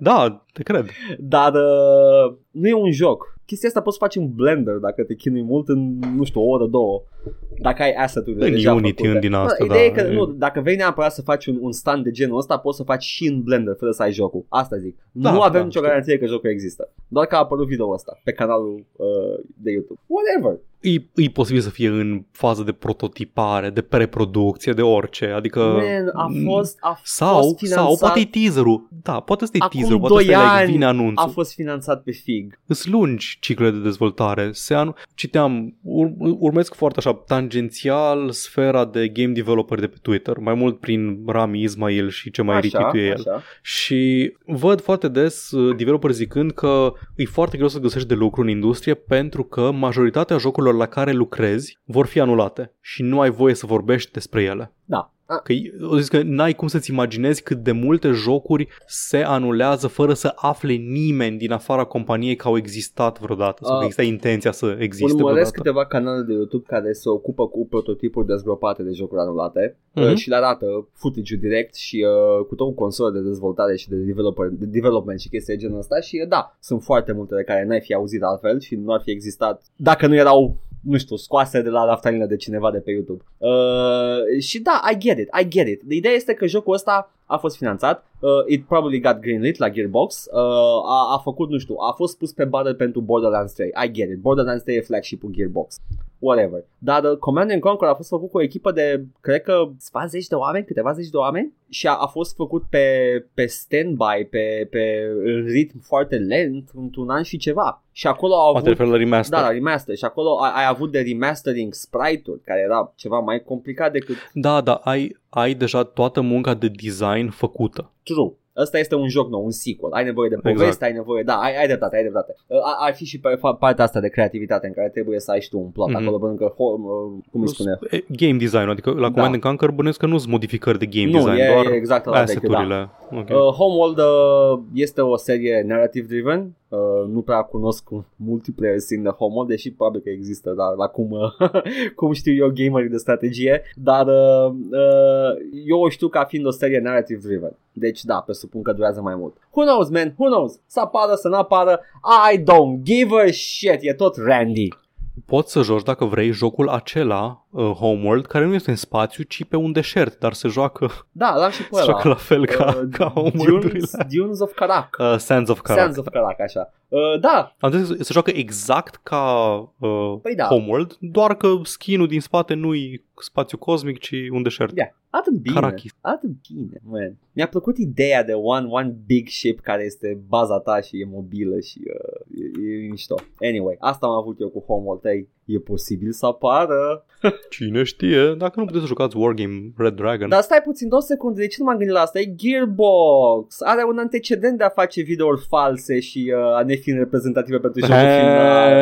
Da, te cred.
Dar uh, nu e un joc. Chestia asta poți să faci în Blender dacă te chinui mult în, nu știu, o oră, două. Dacă ai asset-urile
În
deja
Unity,
făcute.
în din asta,
Ideea e
da.
că, nu, dacă vei neapărat să faci un, un stand de genul ăsta, poți să faci și în Blender fără să ai jocul. Asta zic.
Da,
nu avem
da,
nicio
știu.
garanție că jocul există. Doar că a apărut video ăsta pe canalul uh, de YouTube. Whatever.
E, e posibil să fie în fază de prototipare, de preproducție, de orice, adică...
Man, a fost, a fost
sau,
finanțat,
sau poate e teaserul. Da, poate să e
Acum
teaserul, poate să
doi
like,
ani
vine
a
anunțul.
fost finanțat pe FIG.
Îți lungi ciclurile de dezvoltare. Se anu- Citeam, ur- urmesc foarte așa, tangențial sfera de game developer de pe Twitter, mai mult prin Rami Ismail și ce mai retweetuie el.
Așa.
Și văd foarte des uh, developeri zicând că e foarte greu să găsești de lucru în industrie pentru că majoritatea jocurilor la care lucrezi vor fi anulate. și nu ai voie să vorbești despre ele.
Da.
Că o zic că n-ai cum să-ți imaginezi cât de multe jocuri se anulează fără să afle nimeni din afara companiei că au existat vreodată sau
Ah.
că exista intenția să existe
Urmăresc
vreodată.
câteva canale de YouTube care se ocupă cu prototipuri dezgropate de jocuri anulate
Mhm.
uh, și le arată footage direct și uh, cu tot cu console de dezvoltare și de, developer, de development și chestii de genul ăsta și uh, da, sunt foarte multe de care n-ai fi auzit altfel și nu ar fi existat dacă nu erau nu știu, scoase de la raftalină de cineva de pe YouTube. Uh, și da, I get it, I get it. Ideea este că jocul ăsta a fost finanțat, uh, it probably got greenlit la Gearbox, uh, a, a făcut, nu știu, a fost pus pe bară pentru Borderlands 3, I get it, Borderlands 3 e flagship-ul Gearbox whatever. Dar uh, Command and Conquer a fost făcut cu o echipă de, cred că, câțiva zeci de oameni, câteva zeci de oameni și a, a fost făcut pe, pe standby, pe, pe în ritm foarte lent, într-un an și ceva. Și acolo au
Poate
avut...
refer la remaster.
Da, la remaster și acolo ai, ai avut de remastering sprite-uri care era ceva mai complicat decât
Da, da, ai, ai deja toată munca de design făcută.
True. Ăsta este un joc nou, un sequel. Ai nevoie de poveste, exact.
Exact.
ai nevoie, da, ai, ai dreptate, ai dreptate. Ă, A, ar fi și pe fa- partea asta de creativitate în care trebuie să ai și tu un plot
Mhm.
mm-hmm. acolo, pentru că, ho- uh, cum îi spune,
E, Game design, adică la
Da.
Command and Conquer bănuiesc că nu sunt modificări de game
nu,
design,
e,
doar
e exact la decât, da.
asset-urile. Ok.
Uh, Homeworld uh, este o serie narrative driven. Uh, nu prea cunosc un multiplayer scene de Homeworld, deși probabil că există, dar la cum, uh, cum știu eu gamerii de strategie, dar uh, uh, eu o știu ca fiind o serie narrative driven. Deci da, presupun că durează mai mult. Who knows, man? Who knows? Să apară, să n-apară. I don't give a shit. E tot Randy.
Poți să joci, dacă vrei, jocul acela, uh, Homeworld, care nu este în spațiu, ci pe un deșert, dar se joacă,
Da, l-am și pe
se
ăla.
joacă la fel ca,
Uh,
ca Homeworld-urile.
Dunes, Dunes of Carac.
Uh, Sands of Karak.
Sands of Carac, așa. Uh, da,
Am zis că se joacă exact ca uh,
Păi da.
Homeworld, doar că skin-ul din spate nu-i spațiu cosmic, ci un deșert.
Yeah. atât bine.
Karakis.
Arată bine, man. Mi-a plăcut ideea de one, one big ship care este baza ta și e mobilă și uh, e, e mișto. Anyway, asta am avut eu cu Homeworld 3. E posibil să apară.
Cine știe, dacă nu puteți să jucați Wargame Red Dragon.
Dar stai puțin, două secunde, de ce nu m-am gândit la asta? E Gearbox! Are un antecedent de a face videouri false și uh, a ne fi reprezentative pentru jocul final.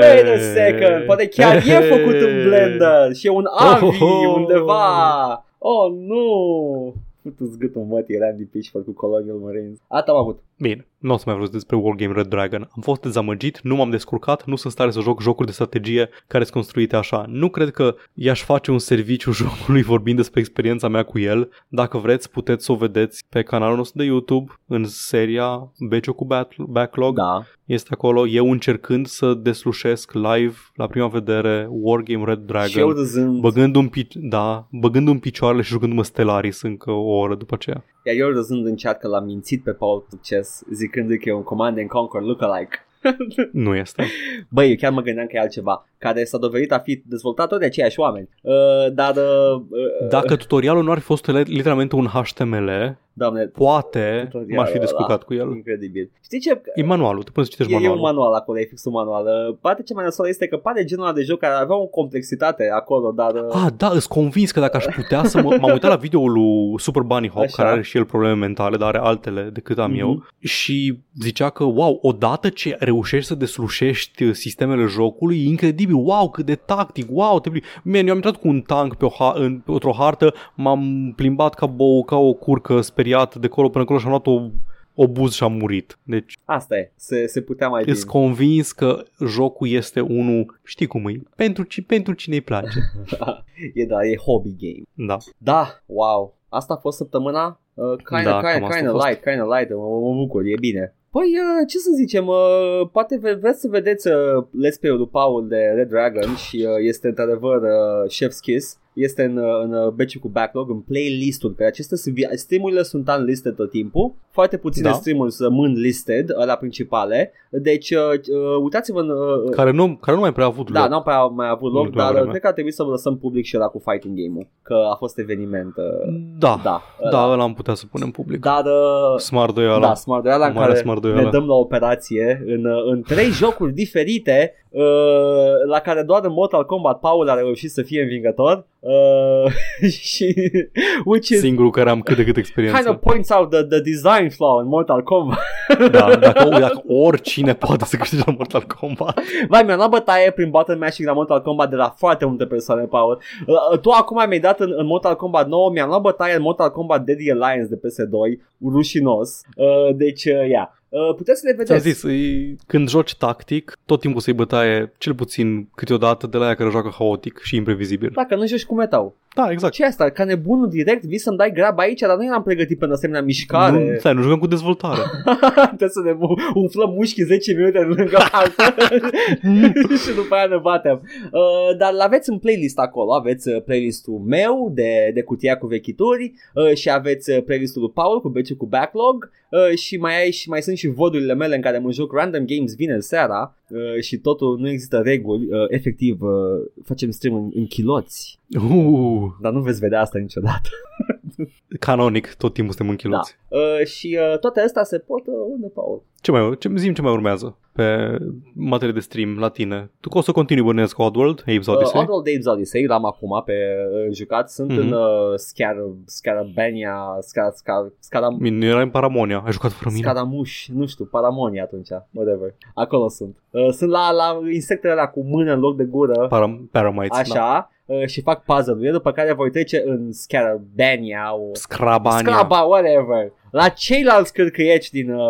Wait a second, poate chiar e făcut în Blender și e un AVI
Ohoho!
undeva. Oh, nu! Putu-ți gâtul mătii, Randy Pitchford cu Colonial Marines. Atât am avut.
Bine, nu o să mai vorbesc despre Wargame Red Dragon. Am fost dezamăgit, nu m-am descurcat, nu sunt în stare să joc jocuri de strategie care sunt construite așa. Nu cred că i-aș face un serviciu jocului vorbind despre experiența mea cu el. Dacă vreți, puteți să o vedeți pe canalul nostru de YouTube, în seria Beciu cu Batl- Backlog.
Da.
Este acolo, eu încercând să deslușesc live, la prima vedere, Wargame Red Dragon.
Și eu râzând, Bă...
Băgând un, pic, da, băgând un picioarele și jucându-mă Stellaris încă o oră după aceea.
iar eu râzând în chat că l-am mințit pe Paul Succes zicându-i că e un Command and Conquer lookalike.
Nu este.
Băi, eu chiar mă gândeam că e altceva, care s-a dovedit a fi dezvoltat tot de aceiași oameni. Uh, dar, uh, uh,
Dacă tutorialul nu ar fi fost literalmente un HTML,
doamne,
poate
Tutorialul
m-aș fi
ăla.
descurcat cu el.
incredibil. Știi ce?
E manualul, te poți să citești
E, e un
Deci manualul.
manual acolo, e fix un manual. Uh, Poate ce mai nasoală este că pare genul ăla de joc care avea o complexitate acolo, dar... Uh,
Ah, da, îs convins că dacă aș putea să mă, m-am uitat la videoul lui Super Bunny Hop,
Așa.
care are și el probleme mentale, dar are altele decât am
Mhm.
eu, și zicea că, wow, odată ce reușești să deslușești uh, sistemele jocului, e incredibil, wow, cât de tactic, wow, te plimbi. Man, eu am intrat cu un tank pe o ha- în, pe o hartă, m-am plimbat ca bou, ca o curcă speriat de colo până acolo și am luat o obuz și am murit. Deci
Asta e, se, se putea mai bine.
Ești convins că jocul este unul, știi cum e, pentru, ci, pentru cine îi place.
e, da, e hobby game.
Da.
Da, wow. Asta a fost săptămâna uh, kind
Da,
of
cam
kind
asta a
kind of
fost.
light, kind of light. Mă, mă bucur, e bine. Păi, uh, ce să zicem, uh, poate ve- vreți să vedeți uh, Let's Play-ul lui Paul de Red Dragon și uh, este într-adevăr uh, Chef's Kiss. Este în, uh, în uh, beciul cu backlog, în playlist-ul, că aceste subi- stream-urile sunt unlisted tot timpul. Foarte puține
Da.
stream-uri rămân listed, la principale. Deci, uh, uh, uitați-vă în... Uh,
Care nu, care nu mai prea a avut
da,
loc.
n-au prea mai avut loc,
Ultima
dar uh,
vreme.
cred că ar trebui să lăsăm public și la cu fighting game-ul, că a fost eveniment. Uh,
Da, da,
da.
da, ăla am putea să punem public. Da.
Dar, uh,
Smart
da,
ăla.
smardoiala în
Mare
care
smart
ne
ăla.
dăm la operație în, uh, în trei jocuri diferite uh, la care doar în Mortal Kombat Paul a reușit să fie învingător uh, și which is,
Singurul care am cât de cât experiență.
kind of points out the, the design flaw in Mortal Kombat.
Da, dacă, dacă oricine poate să câștige la Mortal Kombat.
Vai, mi-a luat bătaie prin Battle Mashing la Mortal Kombat de la foarte multe persoane, Paul. Uh, tu acum mi-ai dat în, în Mortal Kombat 9, mi-am luat bătaie în Mortal Kombat Deadly Alliance de PS2, rușinos. Uh, deci, uh, ia. Uh, puteți să le
Ți-am
vedeți.
zis, e, când joci tactic, tot timpul să-i bătaie cel puțin câteodată de la aia care joacă haotic și imprevizibil.
Dacă nu joci cu metau.
Da, exact.
Ce e asta? Ca nebunul direct, vii să-mi dai grab aici, dar noi n-am pregătit pentru asemenea mișcare.
Nu, stai, nu jucăm cu dezvoltare.
Trebuie să ne mu- umflăm mușchii 10 minute lângă altă și după aia ne batem. Uh, dar l-aveți în playlist acolo. Aveți uh, playlistul meu de, de cutia cu vechituri uh, și aveți uh, playlistul lui Paul cu beciul cu backlog uh, și mai ai și mai sunt și vodurile mele în care mă joc random games vineri seara uh, și totul nu există reguli. Uh, efectiv, uh, facem stream în, în chiloți,
Uh,
dar nu veți vedea asta niciodată.
canonic, tot timpul suntem închiloți. Da.
Uh, și uh, toate astea se pot uh, unde, Paul?
Ce mai, ce, zim ce mai urmează pe materie de stream la tine? Tu o să continui bănuiesc cu Oddworld, Apes
Uh,
Odyssey?
Oddworld Dave's Odyssey l-am acum pe uh, jucat. Sunt
Mhm.
în uh, Scar, Scarabania, Scar, Scar, Scaram,
Mine era în Paramonia, ai jucat fără mine?
Scaramuș, nu știu, Paramonia atunci, whatever. Acolo sunt. Uh, sunt la, la insectele alea cu mână în loc de gură,
Param, Paramites, Păi, Da.
așa, uh, și fac puzzle-uri, după care voi trece în Scarabania, o
Scrabania.
Scraba, whatever. La ceilalți cârcăieci din, uh,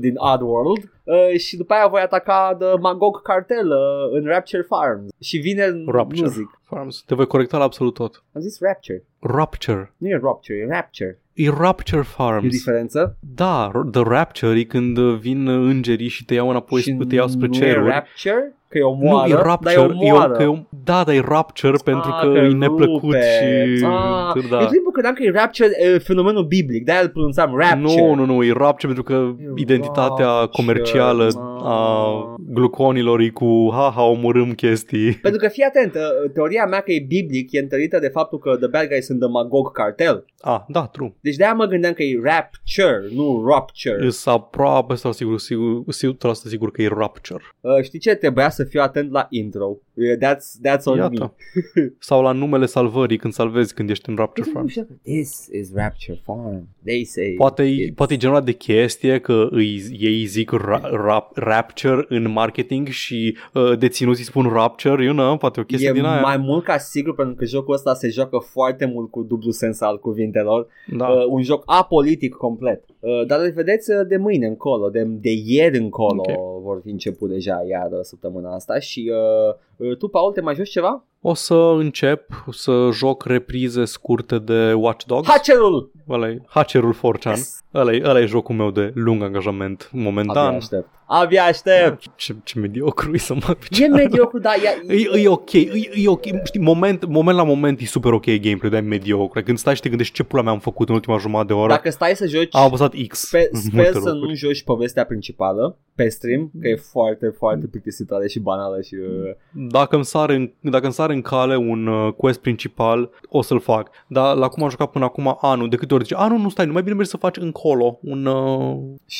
din Oddworld uh, și după aia voi ataca The Magog Cartel uh, în Rapture Farms și vine în
Rapture.
music.
Farms. Te voi corecta la absolut tot.
Am zis Rapture.
Rapture.
Nu e Rapture, e Rapture.
E Rapture
E o
Farms.
diferență?
Da, r- The Rapture e când uh, vin îngerii și te iau înapoi și te iau spre
nu
ceruri.
e Rapture? Că e o
nu,
moară?
e Rapture,
dar e o moară.
că e o, da, dar e Rapture pentru
Ah,
că, e neplăcut
rupe.
și...
Ah,
da.
Eu timpul credeam că e Rapture e, fenomenul biblic, de-aia îl pronunțam Rapture.
Nu, nu, nu, e rapture pentru că
E
identitatea
rapture,
comercială
mă.
a gluconilor e cu haha, omorâm chestii.
Pentru că fii atent, uh, teoria mea că e biblic e întărită de faptul că The Bad Guys sunt The Magog Cartel.
Ah, da, true.
Deci de-aia mă gândeam că e rapture, nu rupture.
Îs aproape sau sigur, sigur, sigur, sigur că e rapture.
Uh, știi ce? Trebuia să fiu atent la intro. Uh, That's, that's on me.
Iată. Sau la numele salvării când salvezi când ești în rapture farm.
This is rapture farm. They say.
Poate,
it's-
e- poate e genul ăla de chestie că îi, ei zic ra, rap, rapture în marketing și uh, deținuții spun rapture, you know, poate e o chestie
E
din aia.
mai mult ca sigur pentru că jocul ăsta se joacă foarte mult cu dublu sens al cuvintelor
Da.
uh, Un joc apolitic complet uh, Dar îl vedeți uh, de mâine încolo, de, de ieri încolo
Ok.
vor fi început deja iar uh, săptămâna asta Și uh, uh, tu, Paul, te mai joci ceva?
O să încep să joc reprize scurte de Watch Dogs.
Hacerul!
Ăla-i Hacerul Forcean. Yes. Ăla-i, ăla-i jocul meu de lung angajament
Abia
momentan.
aștept Abia aștept
Ce, ce mediocru e să mă
E mediocru, da, e,
E, e ok, e, e ok, știi, moment, moment la moment e super ok gameplay, dar e mediocru. Când stai și te gândești ce pula mea am făcut în ultima jumătate de oră,
Dacă stai să joci,
am apăsat X.
sper,
în
sper
multe
să
locuri.
nu joci povestea principală pe stream, că e foarte, foarte plictisitoare și banală și... Uh,
Dacă îmi, sare în, dacă îmi sare în cale un uh, quest principal, o să-l fac. Dar la cum am jucat până acum anul, de câte ori zice, anul nu stai, nu mai bine mergi să faci încolo un, uh,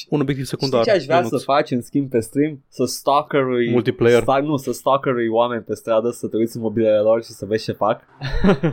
un obiectiv secundar.
știi ce aș vrea
Ionuț.
să faci în schimb pe stream? Să stalkerui...
Multiplayer.
Sta, nu, să stalkerui oameni pe stradă, să te uiți în mobilele lor și să vezi ce fac.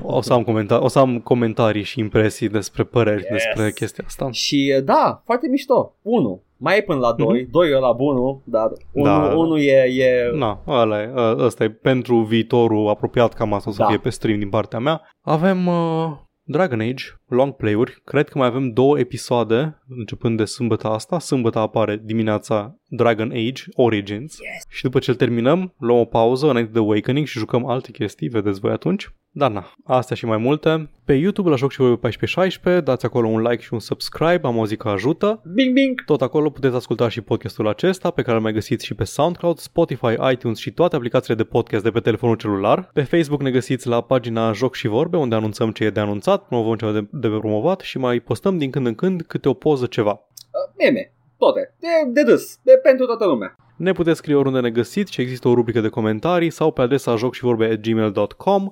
O să, am comenta- o să am comentarii și impresii despre păreri,
Yes.
yes. despre chestia asta.
Și uh, da, foarte mișto. 1. Mai e până la 2. 2 e la bunul, dar 1
Mhm. Da.
da. e... e...
Na, ăla e, ă- ăsta e pentru viitorul apropiat, cam asta o să
Da.
fie pe stream din partea mea. Avem uh, Dragon Age, long play-uri, cred că mai avem două episoade începând de sâmbătă asta. Sâmbătă apare dimineața Dragon Age Origins yes. și după ce îl terminăm luăm o pauză înainte de Awakening și jucăm alte chestii, vedeți voi atunci. Dar na, astea și mai multe. Pe YouTube la Joc și Vorbe 1416, dați acolo un like și un subscribe, am o zi că ajută.
Bing, bing!
Tot acolo puteți asculta și podcastul acesta, pe care îl mai găsiți și pe SoundCloud, Spotify, iTunes și toate aplicațiile de podcast de pe telefonul celular. Pe Facebook ne găsiți la pagina Joc și Vorbe, unde anunțăm ce e de anunțat, promovăm ce de, de promovat și mai postăm din când în când câte o poză ceva.
Uh, Meme, toate. De, de râs, de pentru toată lumea.
Ne puteți scrie oriunde ne găsiți și există o rubrică de comentarii sau pe adresa jocșivorbe.gmail.com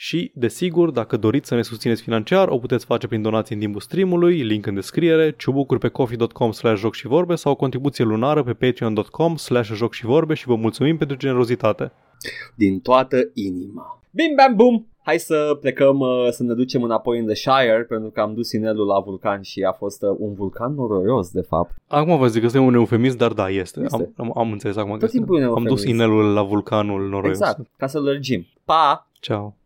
Și, desigur, dacă doriți să ne susțineți financiar, o puteți face prin donații în timpul streamului, link în descriere, ciubucuri pe coffee.com slash joc și vorbe sau o contribuție lunară pe patreon.com slash joc și vorbe și vă mulțumim pentru generozitate.
Din toată inima. Bim bam bum! Hai să plecăm, uh, să ne ducem înapoi în The Shire, pentru că am dus inelul la vulcan și a fost uh, un vulcan noroios, de fapt.
Acum vă zic că este un eufemism, dar da, este.
Este.
Am, am, am înțeles acum că
Tot
este.
timpul e un
Am dus
eufemism.
inelul la vulcanul noroios.
Exact, ca să Exact, lărgim. Pa!
Ciao.